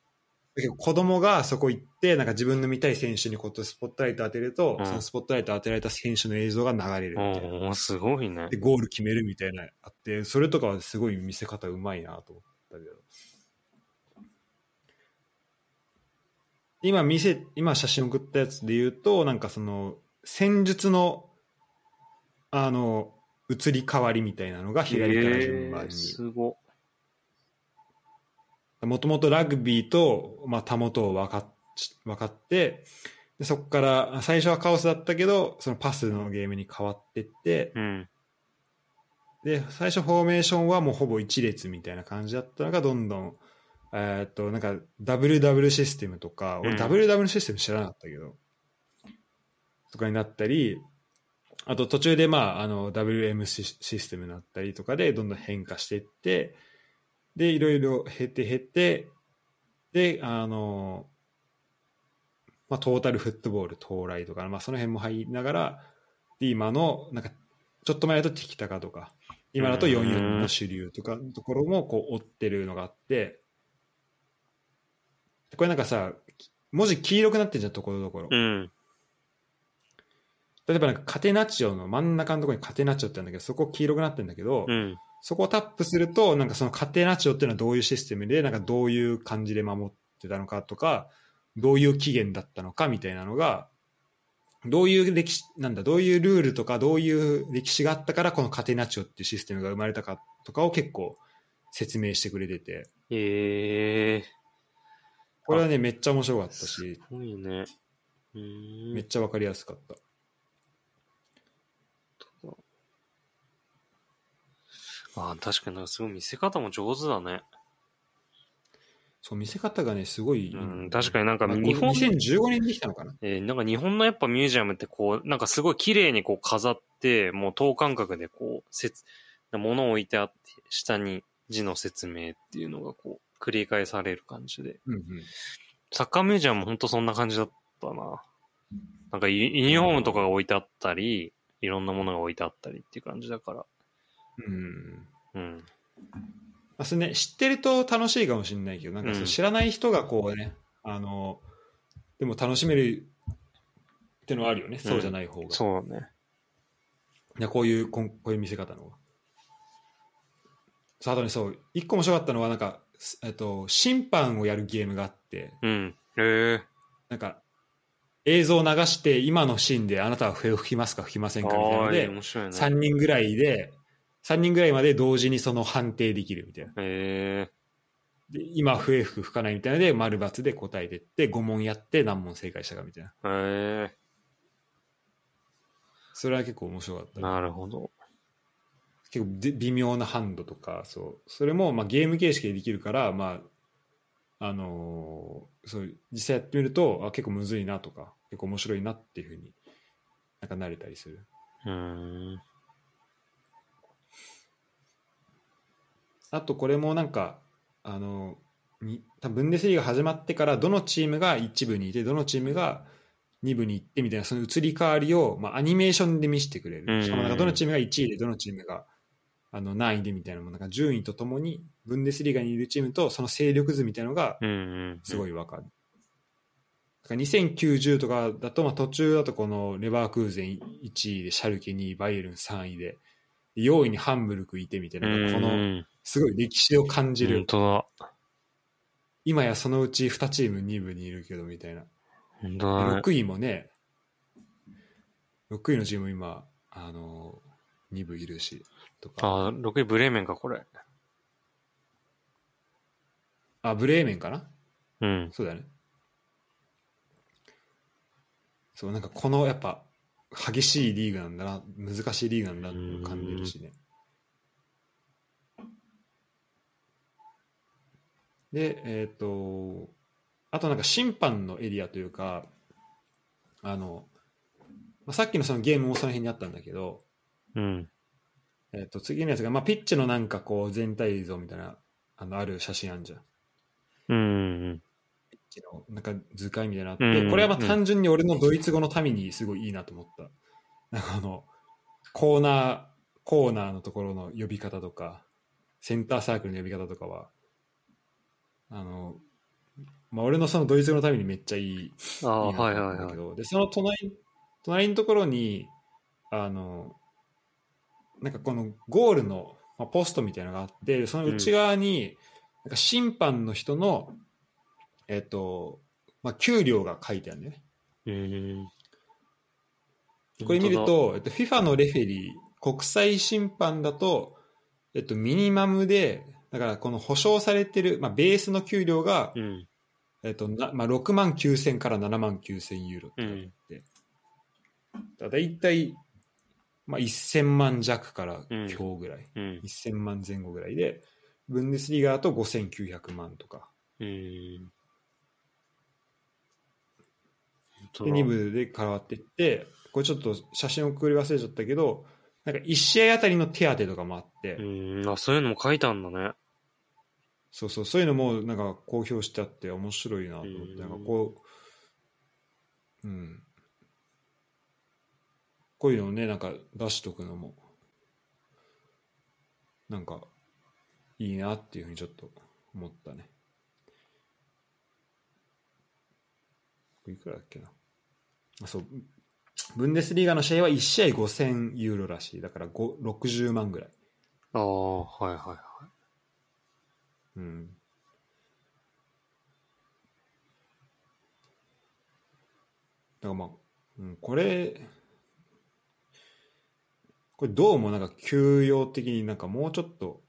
[SPEAKER 1] だけど子供がそこ行ってなんか自分の見たい選手にこうやってスポットライト当てると、
[SPEAKER 2] うん
[SPEAKER 1] そのスポットライト当てられた選手の映像が流れるみたいな、
[SPEAKER 2] おおすごいね
[SPEAKER 1] で。ゴール決めるみたいなのあってそれとかはすごい見せ方うまいなと思ったけど今見せ今写真送ったやつで言うとなんかその戦術のあの移り変わりみたいなのが左から順番
[SPEAKER 2] えー
[SPEAKER 1] に
[SPEAKER 2] すご。
[SPEAKER 1] もともとラグビーと、まあ、たもとを分かっち分かってでそこから最初はカオスだったけどそのパスのゲームに変わってって、
[SPEAKER 2] うん。
[SPEAKER 1] で最初フォーメーションはもうほぼ一列みたいな感じだったのがどんどんえーっとなんかダブルダブルシステムとか
[SPEAKER 2] う
[SPEAKER 1] 俺
[SPEAKER 2] ん
[SPEAKER 1] ダブルダブルシステム知らなかったけど、とかになったりあと途中でまああの WM シシステムになったりとかでどんどん変化していってでいろいろ減って減ってであのまあ、トータルフットボール到来とか、まあ、その辺も入りながらで今のなんかちょっと前だとティキタカとか今だと44の主流とかのところもこう追ってるのがあってでこれなんかさ文字黄色くなってんじゃんところどころ
[SPEAKER 2] うん。
[SPEAKER 1] 例えばなんかカテナチオの真ん中のところにカテナチオってあるんだけどそこ黄色くなってんだけど、
[SPEAKER 2] うん。
[SPEAKER 1] そこをタップするとなんかそのカテナチオっていうのはどういうシステムでなんかどういう感じで守ってたのかとかどういう期限だったのかみたいなのがどういう歴史なんだどういうルールとかどういう歴史があったからこのカテナチオっていうシステムが生まれたかとかを結構説明してくれてて
[SPEAKER 2] ええ
[SPEAKER 1] これはねめっちゃ面白かった
[SPEAKER 2] ー。す
[SPEAKER 1] し
[SPEAKER 2] ごいね。う
[SPEAKER 1] め
[SPEAKER 2] ー
[SPEAKER 1] っ
[SPEAKER 2] ん。
[SPEAKER 1] ちゃわかりやすかった
[SPEAKER 2] あー確かになんかすごい見せ方も上手だね。
[SPEAKER 1] そう見せ方がねすごい、
[SPEAKER 2] うん。確かになんか
[SPEAKER 1] まあ
[SPEAKER 2] 日本
[SPEAKER 1] 2015年にできたのかな
[SPEAKER 2] えーなんか日本のやっぱミュージアムってこう、なんかすごい綺麗にこう飾って、もう等間隔でこう、せつ、物を置いてあって、下に字の説明っていうのがこう、繰り返される感じで。
[SPEAKER 1] うんうん
[SPEAKER 2] サッカーミュージアムもほんとそんな感じだったな。なんかユユニフォームとかが置いてあったり、いろんなものが置いてあったりっていう感じだから。
[SPEAKER 1] うんうん
[SPEAKER 2] うん。
[SPEAKER 1] まあそれね、知ってると楽しいかもしれないけどなんかそう
[SPEAKER 2] うん
[SPEAKER 1] 知らない人がこうね、あのでも楽しめるってのはあるよね、そうじゃない方がい
[SPEAKER 2] そうだね。
[SPEAKER 1] やこういうこんこういう見せ方の方がそうあとねそう一個面白かったのはなんか、すえっと、審判をやるゲームがあって
[SPEAKER 2] うん。え
[SPEAKER 1] なんか映像を流して今のシーンであなたは笛を吹きますか吹きませ
[SPEAKER 2] え
[SPEAKER 1] ん
[SPEAKER 2] ー。
[SPEAKER 1] かみたいな
[SPEAKER 2] あ
[SPEAKER 1] の
[SPEAKER 2] あ、いい
[SPEAKER 1] で
[SPEAKER 2] 面白いね。
[SPEAKER 1] 3人ぐらいで3人ぐらいまで同時にその判定できるみたいな
[SPEAKER 2] え
[SPEAKER 1] で今笛吹く吹かないみたいなので丸×で答えてって5問やって何問正解したかみたいな
[SPEAKER 2] えー。え
[SPEAKER 1] それは結構面白かっ
[SPEAKER 2] えー。
[SPEAKER 1] たね
[SPEAKER 2] なるほど。
[SPEAKER 1] 結構で微妙なハンドとかそうそれもまあゲーム形式でできるからまああのーそう実際やってみるとあ結構むずいなとか結構面白いなっていうふうになんか慣れたりする
[SPEAKER 2] うーん。
[SPEAKER 1] あとこれもなんかあのに多分ブンデスリーが始まってからどのチームが1部にいてどのチームが2部に行ってみたいなその移り変わりを、まあ、アニメーションで見せてくれ
[SPEAKER 2] うんうんうん
[SPEAKER 1] るしかもなんかどのチームが1位でどのチームがあの何位でみたいなのもなんか順位とともにブンデスリーガにいるチームとその勢力図みたいなのが
[SPEAKER 2] うんうん、うん。
[SPEAKER 1] すごいわかる。だから2090とかだと、まあ、途中だとこのレバークーゼン1位でシャルケ2位バイエルン3位で4位にハンブルクいてみたいななんかこ
[SPEAKER 2] う
[SPEAKER 1] の
[SPEAKER 2] んうん
[SPEAKER 1] すごい歴史を感じる、
[SPEAKER 2] 本当
[SPEAKER 1] 今やそのうち2チーム2部にいるけどみたいな、
[SPEAKER 2] だ。本当だね。
[SPEAKER 1] 6位もね6位のチーム今あの2部いるしとか
[SPEAKER 2] あ、6位ブレーメンか、これ。
[SPEAKER 1] あブレーメンかな
[SPEAKER 2] うん。
[SPEAKER 1] そうだねそうなんかこのやっぱ激しいリーグなんだな難しいリーグなんだなっていうのを感じるしねでえっ、とあとなんか審判のエリアというかあのまあ、さっきのそのゲームもその辺にあったんだけど、
[SPEAKER 2] うん。
[SPEAKER 1] えっと次のやつが、まあ、ピッチのなんかこう全体像みたいなあのある写真あるじゃん。
[SPEAKER 2] うん。
[SPEAKER 1] ピッチのなんか図解みたいなのあって、
[SPEAKER 2] うん
[SPEAKER 1] これはまあ
[SPEAKER 2] うん
[SPEAKER 1] 単純に俺のドイツ語のためにすごいいいなと思った。なんかあのコーナーコーナーのところの呼び方とかセンターサークルの呼び方とかはあの、まあ、俺のそのドイツ語のためにめっちゃいい
[SPEAKER 2] あ
[SPEAKER 1] い
[SPEAKER 2] あ、
[SPEAKER 1] いな
[SPEAKER 2] はい
[SPEAKER 1] と思うん
[SPEAKER 2] はい
[SPEAKER 1] だ
[SPEAKER 2] は
[SPEAKER 1] け
[SPEAKER 2] い。
[SPEAKER 1] どでその隣隣のところにあのなんかこのゴールの、まあ、ポストみたいなのがあってその内側に、なんか審判の人のえっ、と、まあ、給料が書いてあるんだよね
[SPEAKER 2] うん。
[SPEAKER 1] これ見ると、えっと、FIFA のレフェリー国際審判だと、えっと、ミニマムでだからこの保証されてる、まあ、ベースの給料が
[SPEAKER 2] 本当だ、うん。
[SPEAKER 1] えっとなまあ、6万9000から7万9000ユーロって書いてあって、だだいたい、まあ、1000万弱から
[SPEAKER 2] うん
[SPEAKER 1] 今日ぐらい、
[SPEAKER 2] うん。
[SPEAKER 1] 1000万前後ぐらいでブンデスリーガーだと5900万とか
[SPEAKER 2] うん。
[SPEAKER 1] で2部で変わっていってこれちょっと写真送り忘れちゃったけどなんか1試合あたりの手当とかもあって、
[SPEAKER 2] うん。あ、そういうのも書いたんだね。
[SPEAKER 1] そうそうそういうのもなんか公表してあって面白いなと思って、
[SPEAKER 2] うん
[SPEAKER 1] なんかこううんこういうのをねなんか出しとくのもなんかいいなっていうふうにちょっと思ったねこれいくらだっけなあそうブンデスリーガの試合は1試合5000ユーロらしいだから5 60万ぐらい
[SPEAKER 2] ああ、はいはいはい。
[SPEAKER 1] うんだからまあ、うん、これ、これどうもなんか休養的になんかもうちょっと、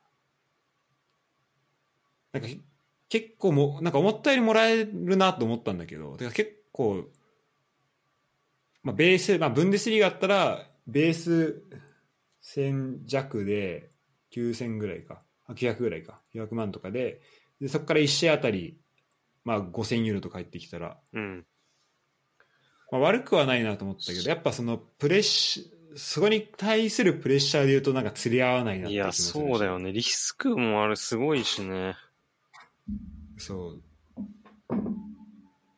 [SPEAKER 1] なんかひ結構もう、なんか思ったよりもらえるなと思ったんだけど、てか結構、まあベース、まあブンデスリーガあったら、ベース1000弱で9000ぐらいか、あ900ぐらいか、900万とかで、でそこから1試合あたり、まあ5000ユーロとか入ってきたら、
[SPEAKER 2] うん。
[SPEAKER 1] まあ、悪くはないなと思ったけどやっぱそのプレッシそこに対するプレッシャーで言うとなんか釣り合わないなって
[SPEAKER 2] い
[SPEAKER 1] 気も
[SPEAKER 2] や、
[SPEAKER 1] するし
[SPEAKER 2] そうだよね。リスクもあれすごいしね。
[SPEAKER 1] そう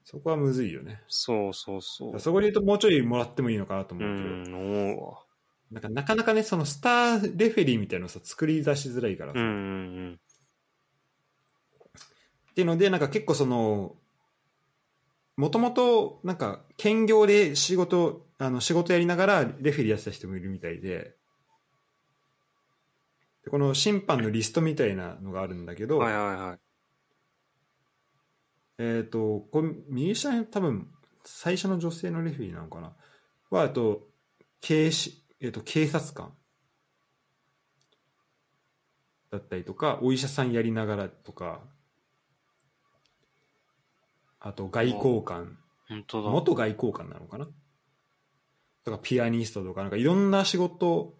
[SPEAKER 1] そこはむずいよね
[SPEAKER 2] そうそうそう。
[SPEAKER 1] そこで言うともうちょいもらってもいいのかなと
[SPEAKER 2] う
[SPEAKER 1] 思うけど、
[SPEAKER 2] ん、思うわ。
[SPEAKER 1] なんかなかなかねそのスターレフェリーみたいなのさ作り出しづらいからさ、
[SPEAKER 2] うん
[SPEAKER 1] っ
[SPEAKER 2] うん
[SPEAKER 1] ていうのでなんか結構そのもともとなんか兼業で仕事あの仕事やりながらレフェリーやってた人もいるみたいででこの審判のリストみたいなのがあるんだけ
[SPEAKER 2] う
[SPEAKER 1] ど、
[SPEAKER 2] ん。はいはいはい。
[SPEAKER 1] えっ、と、これ、右下に多分、最初の女性のレフェリーなのかなは、えっと、警視、えっと、警察官だったりとか、お医者さんやりながらとか、あと、外交官、
[SPEAKER 2] 本当だ。
[SPEAKER 1] 元外交官なのかなとか、ピアニストとか、なんかいろんな仕事を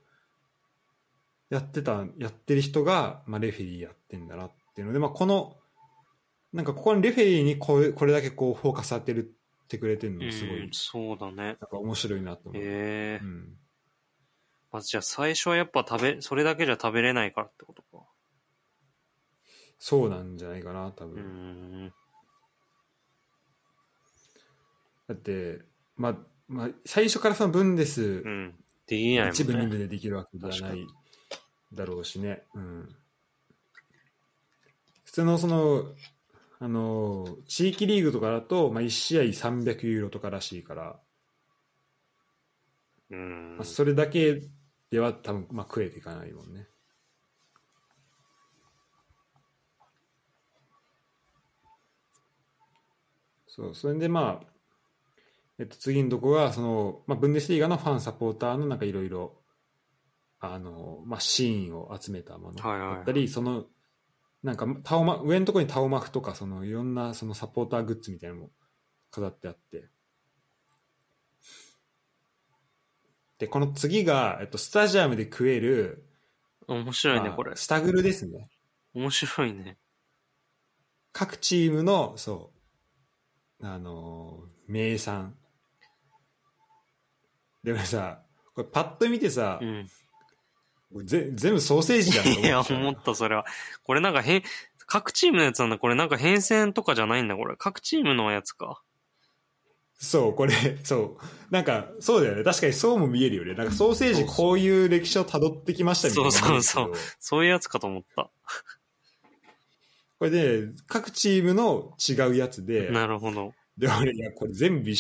[SPEAKER 1] やってた、やってる人が、まあ、レフェリーやってんだなっていうので、まあ、この、なんかここにレフェリーにこうこれだけこうフォーカス当てるってくれてるのすごい、
[SPEAKER 2] うん、そうだね。
[SPEAKER 1] なんか面白いなと思う。
[SPEAKER 2] ええ
[SPEAKER 1] うん、
[SPEAKER 2] まずじゃあ最初はやっぱ食べ、それだけじゃ食べれないからってことか。
[SPEAKER 1] そうなんじゃないかな、多
[SPEAKER 2] う
[SPEAKER 1] 分。
[SPEAKER 2] ん。
[SPEAKER 1] だって、まあ、まあ、最初からそのブンデス、
[SPEAKER 2] うん。できないもんね。
[SPEAKER 1] 一部二部でできるわけでは
[SPEAKER 2] 確
[SPEAKER 1] な
[SPEAKER 2] か
[SPEAKER 1] い
[SPEAKER 2] に
[SPEAKER 1] だろうしね、うん、普通のそのあの地域リーグとかだと、まあ、1試合300ユーロとからしいから、
[SPEAKER 2] うん
[SPEAKER 1] まあ、。それだけでは多分、まあ、食えていかないもんねそうそれでまあえっと、次のとこがその、まあ、ブンデスリーガのファンサポーターのなんかいろいろあの、まあ、シーンを集めたもの
[SPEAKER 2] はいはいはい
[SPEAKER 1] だったりそのなんかタオマ上のところにタオマフとかそのいろんなそのサポーターグッズみたいなのも飾ってあってでこの次が、えっと、スタジアムで食える、
[SPEAKER 2] 面白いね
[SPEAKER 1] ま、あ
[SPEAKER 2] これ。
[SPEAKER 1] スタグルですね
[SPEAKER 2] 面白いね。
[SPEAKER 1] 各チームのそうあのー名産でもさ、これパッと見てさ、
[SPEAKER 2] うん。
[SPEAKER 1] これぜ全部ソーセージじゃんと思っ
[SPEAKER 2] いや、
[SPEAKER 1] てた
[SPEAKER 2] 思った、それは。これなんか変、各チームのやつなんだ。これなんか変遷とかじゃないんだ、これ。各チームのやつか。
[SPEAKER 1] そう、これ、そう。なんか、そうだよね。確かにそうも見えるよね。なんかソーセージこういう歴史をたどってきましたみたいな。
[SPEAKER 2] そうそうそういうやつかと思った。
[SPEAKER 1] これで、各チームの違うやつで、
[SPEAKER 2] なる ほど。
[SPEAKER 1] で、俺、いや、これ全部一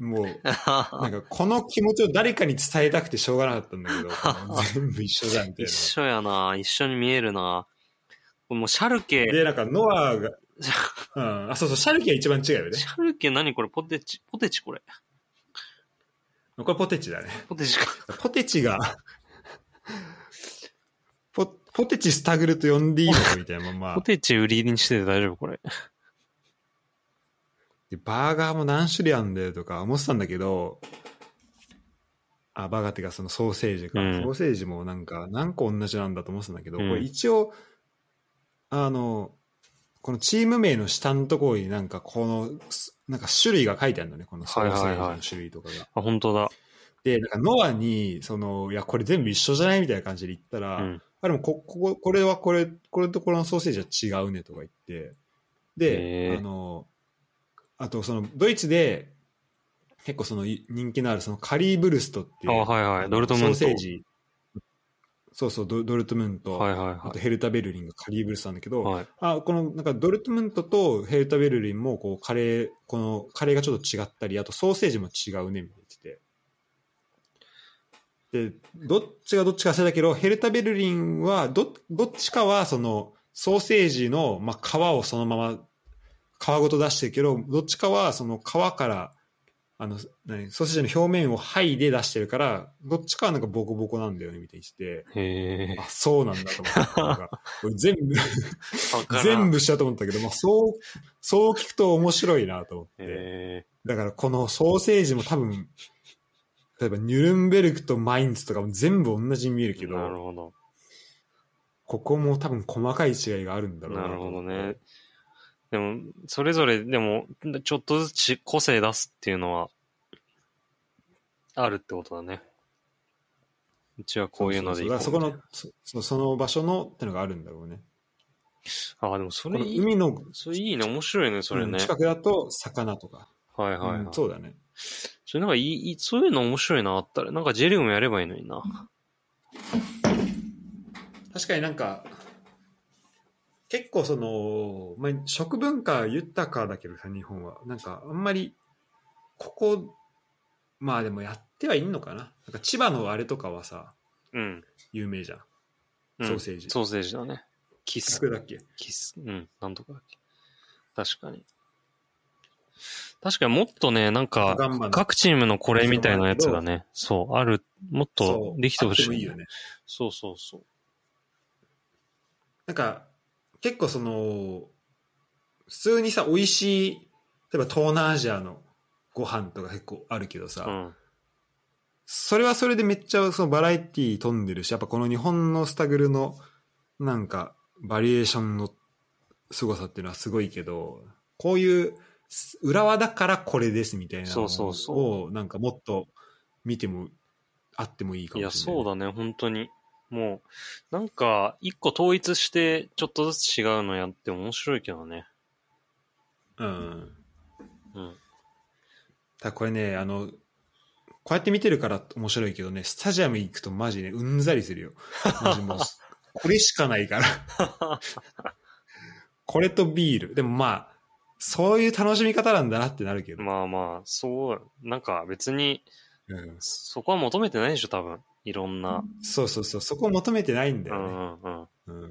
[SPEAKER 1] 緒、もう、なんかこの気持ちを誰かに伝えたくてしょうがなかったんだ けど、この全部一緒じゃん、みたい
[SPEAKER 2] 一緒やな。一緒に見えるな。もうシャル
[SPEAKER 1] な。
[SPEAKER 2] ケ、
[SPEAKER 1] で、なんかノアが、うん、あ、そうそう、シャルキは一番違うよね
[SPEAKER 2] シ。ャルケ何これポテチ、ポテチこれ。
[SPEAKER 1] これポテチだね。
[SPEAKER 2] ポテチか。
[SPEAKER 1] ポテチが、ポ、ポテチスタグルと呼んでいいのかみたいなまま
[SPEAKER 2] ポ。テチ売りにしてて大丈夫これ。
[SPEAKER 1] でバーガーも何種類あんだよとか思ってたんだけど、あ、バーガーっていうかそのソーセージか、
[SPEAKER 2] うん
[SPEAKER 1] ソーセージもなんか何個同じなんだと思ってたんだけど、
[SPEAKER 2] うん
[SPEAKER 1] これ一応、あの、このチーム名の下のところになんかこの、すなんか種類が書いてあるのね、このソーセージの種類とかが。
[SPEAKER 2] あ、本当だ。
[SPEAKER 1] で、なんかノアに、その、いや、これ全部一緒じゃないみたいな感じで言ったら、
[SPEAKER 2] うん。
[SPEAKER 1] あ、でもこ、ここ、これはこれ、これとこれのソーセージは違うねとか言って、
[SPEAKER 2] へ
[SPEAKER 1] で、
[SPEAKER 2] ー
[SPEAKER 1] あの、あと、その、ドイツで、結構その、い人気のある、その、カリーブルストってい
[SPEAKER 2] あ、
[SPEAKER 1] う、
[SPEAKER 2] はいはい。ドルトムント。
[SPEAKER 1] ソーセージ、そうそう、ドドルトムント、
[SPEAKER 2] はいはい
[SPEAKER 1] あ
[SPEAKER 2] は
[SPEAKER 1] とヘルタベルリンがカリーブルストなんだけど、
[SPEAKER 2] い。はい。
[SPEAKER 1] あこのなんかドルトムントとヘルタベルリンもこうカレーこのカレーがちょっと違ったりあとソーセージも違うねみたいに言っててでどっちがどっちか忘れたけどヘルタベルリンはどどっちかはそのソーセージの、まあ、皮をそのまま皮ごと出してるけどどっちかはその皮からあの何ソーセージの表面を剥いで出してるからどっちかはなんかボコボコなんだよねみたいにして
[SPEAKER 2] へえ
[SPEAKER 1] て。あそうなんだと思ってなんか俺全部
[SPEAKER 2] わからん
[SPEAKER 1] 全部したと思ったけど、まあ、そう、そう聞くと面白いなと思って。
[SPEAKER 2] へ
[SPEAKER 1] だからこのソーセージも多分、例えばニュルンベルクとマインツとかも全部同じに見えるけ
[SPEAKER 2] え。なる
[SPEAKER 1] ど、
[SPEAKER 2] ほど。
[SPEAKER 1] ここも多分細かい違いがあるんだろう
[SPEAKER 2] な
[SPEAKER 1] と
[SPEAKER 2] るほ
[SPEAKER 1] 思
[SPEAKER 2] ど
[SPEAKER 1] って
[SPEAKER 2] ね。。でも、それぞれ、でも、ちょっとずつ個性出すっていうのは、あるってことだね。うちはこういうのでいこう
[SPEAKER 1] そうそうだからそこの、そその場所のってのがあるんだろうね。
[SPEAKER 2] ああ、でもそ
[SPEAKER 1] こ
[SPEAKER 2] れ
[SPEAKER 1] の
[SPEAKER 2] いい、
[SPEAKER 1] 海の
[SPEAKER 2] それいいね。面白いね、それ
[SPEAKER 1] うん
[SPEAKER 2] ね。
[SPEAKER 1] 近くだと魚とか。
[SPEAKER 2] はいはい、はい
[SPEAKER 1] うんそうだね。
[SPEAKER 2] それなんかいいいい、そういうの面白いな、あったら。なんか J リーグもやればいいのにな。
[SPEAKER 1] 確かになんか結構その、まあ、食文化豊かだけどさ日本はなんかあんまりここまあでもやってはいんのかななんか千葉のあれとかはさ
[SPEAKER 2] うん。
[SPEAKER 1] 有名じゃん
[SPEAKER 2] うん
[SPEAKER 1] ソーセージ
[SPEAKER 2] ソーセージだね。キス
[SPEAKER 1] つ。くだっけ
[SPEAKER 2] キス、うん、なんとかだっけ。確かに。確かにもっとね、なんか、
[SPEAKER 1] ガンマン
[SPEAKER 2] 各チームのこれみたいなやつがね、そう、ある、もっと
[SPEAKER 1] そう
[SPEAKER 2] できてほしい,、
[SPEAKER 1] あってもいいよね
[SPEAKER 2] そうそうそう。
[SPEAKER 1] なんか結構その普通にさ美味しい例えば東南アジアのご飯とか結構あるけどさ、
[SPEAKER 2] うん。
[SPEAKER 1] それはそれでめっちゃそのバラエティー飛んでるし、やっぱこの日本のスタグルのなんかバリエーションの凄さっていうのはすごいけど、こういうす裏和だからこれですみたいな
[SPEAKER 2] そうそうそ
[SPEAKER 1] のをなんかもっと見てもあってもいいか
[SPEAKER 2] いや、
[SPEAKER 1] もしれない。
[SPEAKER 2] そうだね、本当に。もう、なんか、一個統一して、ちょっとずつ違うのやって面白いけどね。
[SPEAKER 1] うん。
[SPEAKER 2] うん。
[SPEAKER 1] ただこれね、あの、こうやって見てるから面白いけどね、スタジアム行くとマジね、うんざりするよ。マジもう これしかないから。 これとビール。でもまあ、そういう楽しみ方なんだなってなるけど。
[SPEAKER 2] まあまあ、そう、なんか別に、
[SPEAKER 1] うん、
[SPEAKER 2] そこは求めてないでしょ、多分。いろんな。
[SPEAKER 1] そうそうそう、そこを求めてないんだ
[SPEAKER 2] う
[SPEAKER 1] よね。
[SPEAKER 2] んうんうん。
[SPEAKER 1] うん、
[SPEAKER 2] も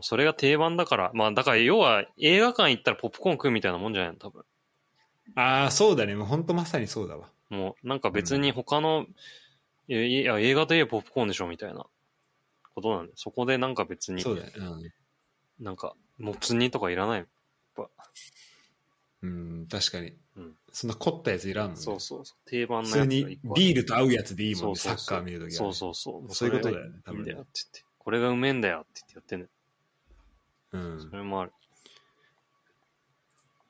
[SPEAKER 2] うそれが定番だから。まあだから要は映画館行ったらポップコーン食うみたいなもんじゃないの多分。
[SPEAKER 1] ああ、そうだね。もう本当まさにそうだわ。
[SPEAKER 2] もうなんか別に他の、いやいや映画といえばポップコーンでしょみたいなことなんで。そこでなんか別に
[SPEAKER 1] そ、うだね。うん
[SPEAKER 2] なんかもつ煮とかいらない。
[SPEAKER 1] うん、確かに。
[SPEAKER 2] うん
[SPEAKER 1] そんな凝ったやついらんもんね。
[SPEAKER 2] そうそうそう。定番
[SPEAKER 1] 普
[SPEAKER 2] のや
[SPEAKER 1] 通
[SPEAKER 2] つ
[SPEAKER 1] にビールと合うやつでい
[SPEAKER 2] い
[SPEAKER 1] いもんね、サッカー見るときは
[SPEAKER 2] そ
[SPEAKER 1] ね、
[SPEAKER 2] うそうそう。も
[SPEAKER 1] そういうことだ
[SPEAKER 2] そ
[SPEAKER 1] よね、多
[SPEAKER 2] れがい
[SPEAKER 1] 分
[SPEAKER 2] いんだ
[SPEAKER 1] ね
[SPEAKER 2] よって言って。これがうめえんだよって言ってやってんね。
[SPEAKER 1] うん
[SPEAKER 2] そ。れもある。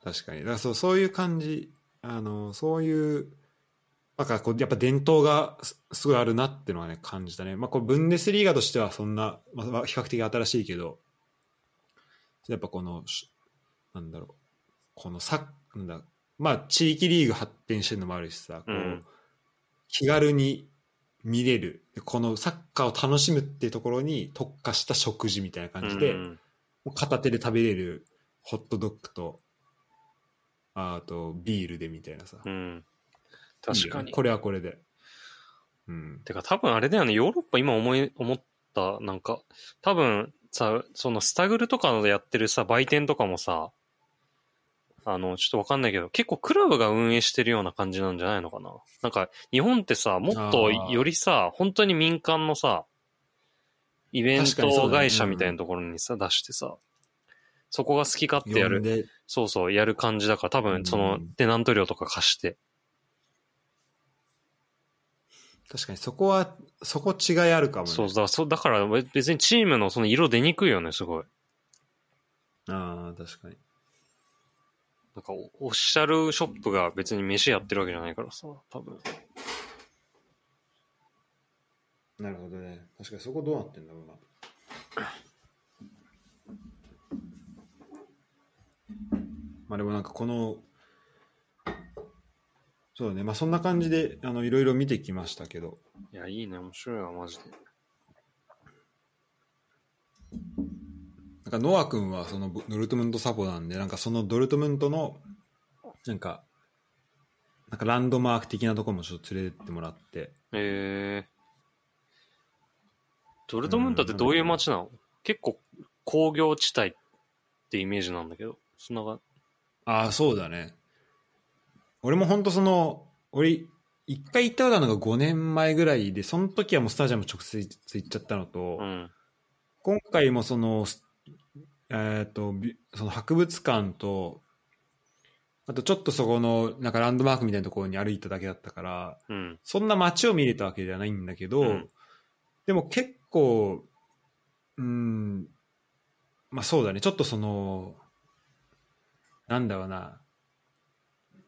[SPEAKER 1] 確かにだからそうそういう感じあのそういうなんかこうやっぱ伝統がすすごいあるなってのはね感じたね、まあ、こうブンデスリーガとしてはそんな、まあまあ、比較的新しいけどやっぱこのしなんだろうこのサッなんだまあ地域リーグ発展してるのもあるしさこう、
[SPEAKER 2] うん
[SPEAKER 1] 気軽に見れるでこのサッカーを楽しむっていうところに特化した食事みたいな感じで、
[SPEAKER 2] うん
[SPEAKER 1] もう片手で食べれるホットドッグとああとビールでみたいなさ、
[SPEAKER 2] うん。確か
[SPEAKER 1] いいよね
[SPEAKER 2] に。
[SPEAKER 1] これはこれで。うん。
[SPEAKER 2] てか多分あれだよね、ヨーロッパ今思い、思った、なんか、多分さ、そのスタグルとかでやってるさ、売店とかもさ、あの、ちょっとわかんないけど、結構クラブが運営してるような感じなんじゃないのかな。なんか、日本ってさ、もっと
[SPEAKER 1] あー
[SPEAKER 2] よりさ、本当に民間のさ、イベン
[SPEAKER 1] 確かにそうだ
[SPEAKER 2] ト
[SPEAKER 1] ね
[SPEAKER 2] 会社みたいなところにさ、出してさ、そこが好き勝手や
[SPEAKER 1] 呼ん
[SPEAKER 2] る、
[SPEAKER 1] で
[SPEAKER 2] そうそう、やる感じだから、多分、そうの
[SPEAKER 1] ん、
[SPEAKER 2] テナント料とか貸して。
[SPEAKER 1] 確かにそこは、そこ違いあるかもね。
[SPEAKER 2] そう、だからそうだから別にチームのその色出にくいよね、すごい。
[SPEAKER 1] ああ、確かに。
[SPEAKER 2] なんかオオフィシャルショップが別に飯やってるわけじゃないからさ、多分。
[SPEAKER 1] なるほどね。確かにそこどうなってんだろうな。まあでもなんかこの、そうね、まあそんな感じで、あの、いろいろ見てきましたけど、
[SPEAKER 2] いや、いいね、面白いわ、マジで。
[SPEAKER 1] なんかノア君はそのブドルトムントサポなんで、なんかそのドルトムントの、なんか、なんかランドマーク的なとこもちょっと連れてってもらって、
[SPEAKER 2] えー。ドルトムントってどういう街なの結構工業地帯ってイメージなんだけど、そんなが、
[SPEAKER 1] ああ、そうだね。俺も本当その、俺、一回行ったことあるのが5年前ぐらいで、その時はもうスタジアム直接行っちゃったのと、
[SPEAKER 2] うん。
[SPEAKER 1] 今回もその、すえっ、と、びその博物館と、あとちょっとそこの、なんかランドマークみたいなところに歩いただけだったから、
[SPEAKER 2] うん。
[SPEAKER 1] そんな街を見れたわけではないんだけど、
[SPEAKER 2] うん
[SPEAKER 1] でも結構、うん、まあそうだね、ちょっとその、なんだろうな、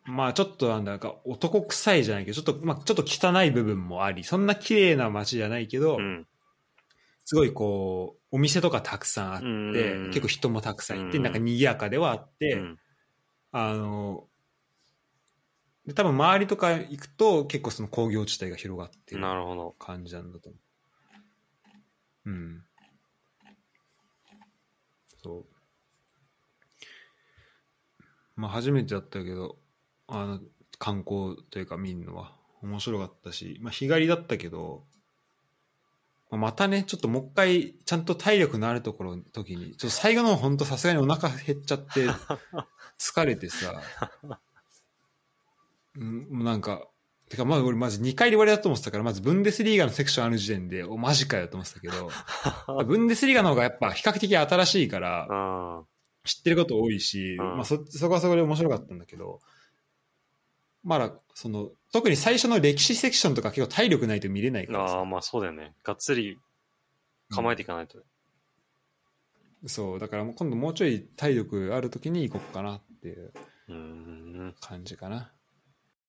[SPEAKER 1] まあちょっとなんだか男臭いじゃないけど、ちょっと、まあちょっと汚い部分もあり、そんな綺麗な街じゃないけど、
[SPEAKER 2] うん。
[SPEAKER 1] すごいこう、お店とかたくさんあって、
[SPEAKER 2] うん
[SPEAKER 1] 結構人もたくさんいて、
[SPEAKER 2] うん
[SPEAKER 1] なんか賑やかではあって、
[SPEAKER 2] うん
[SPEAKER 1] あの、で多分周りとか行くと結構その工業地帯が広がってる
[SPEAKER 2] なる ほど。
[SPEAKER 1] 感じなんだと思う。うん。そう。まあ初めてだったけど、あの、観光というか見るのは面白かったし、まあ日帰りだったけど、まあまたね、ちょっともう一回、ちゃんと体力のあるところの時に、ちょっと最後の方ほんとさすがにお腹減っちゃって、疲れてさ、うん、もうなんか、てかまあ俺まず2回で終わりだと思ってたから、まずブンデスリーガのセクションある時点で、お、マジかよと思ってたけど、ブンデスリーガの方がやっぱ比較的新しいから、
[SPEAKER 2] あ
[SPEAKER 1] 知ってること多いし、
[SPEAKER 2] うん
[SPEAKER 1] まあ、そそこはそこで面白かったんだけど、まあ、その特に最初の歴史セクションとか結構体力ないと見れない
[SPEAKER 2] ー
[SPEAKER 1] からさ
[SPEAKER 2] あー、まあそうだよね。がっつり構えていかないと。
[SPEAKER 1] そうだからもう今度もうちょい体力ある時に行こうかなっていう
[SPEAKER 2] うん。
[SPEAKER 1] 感じかな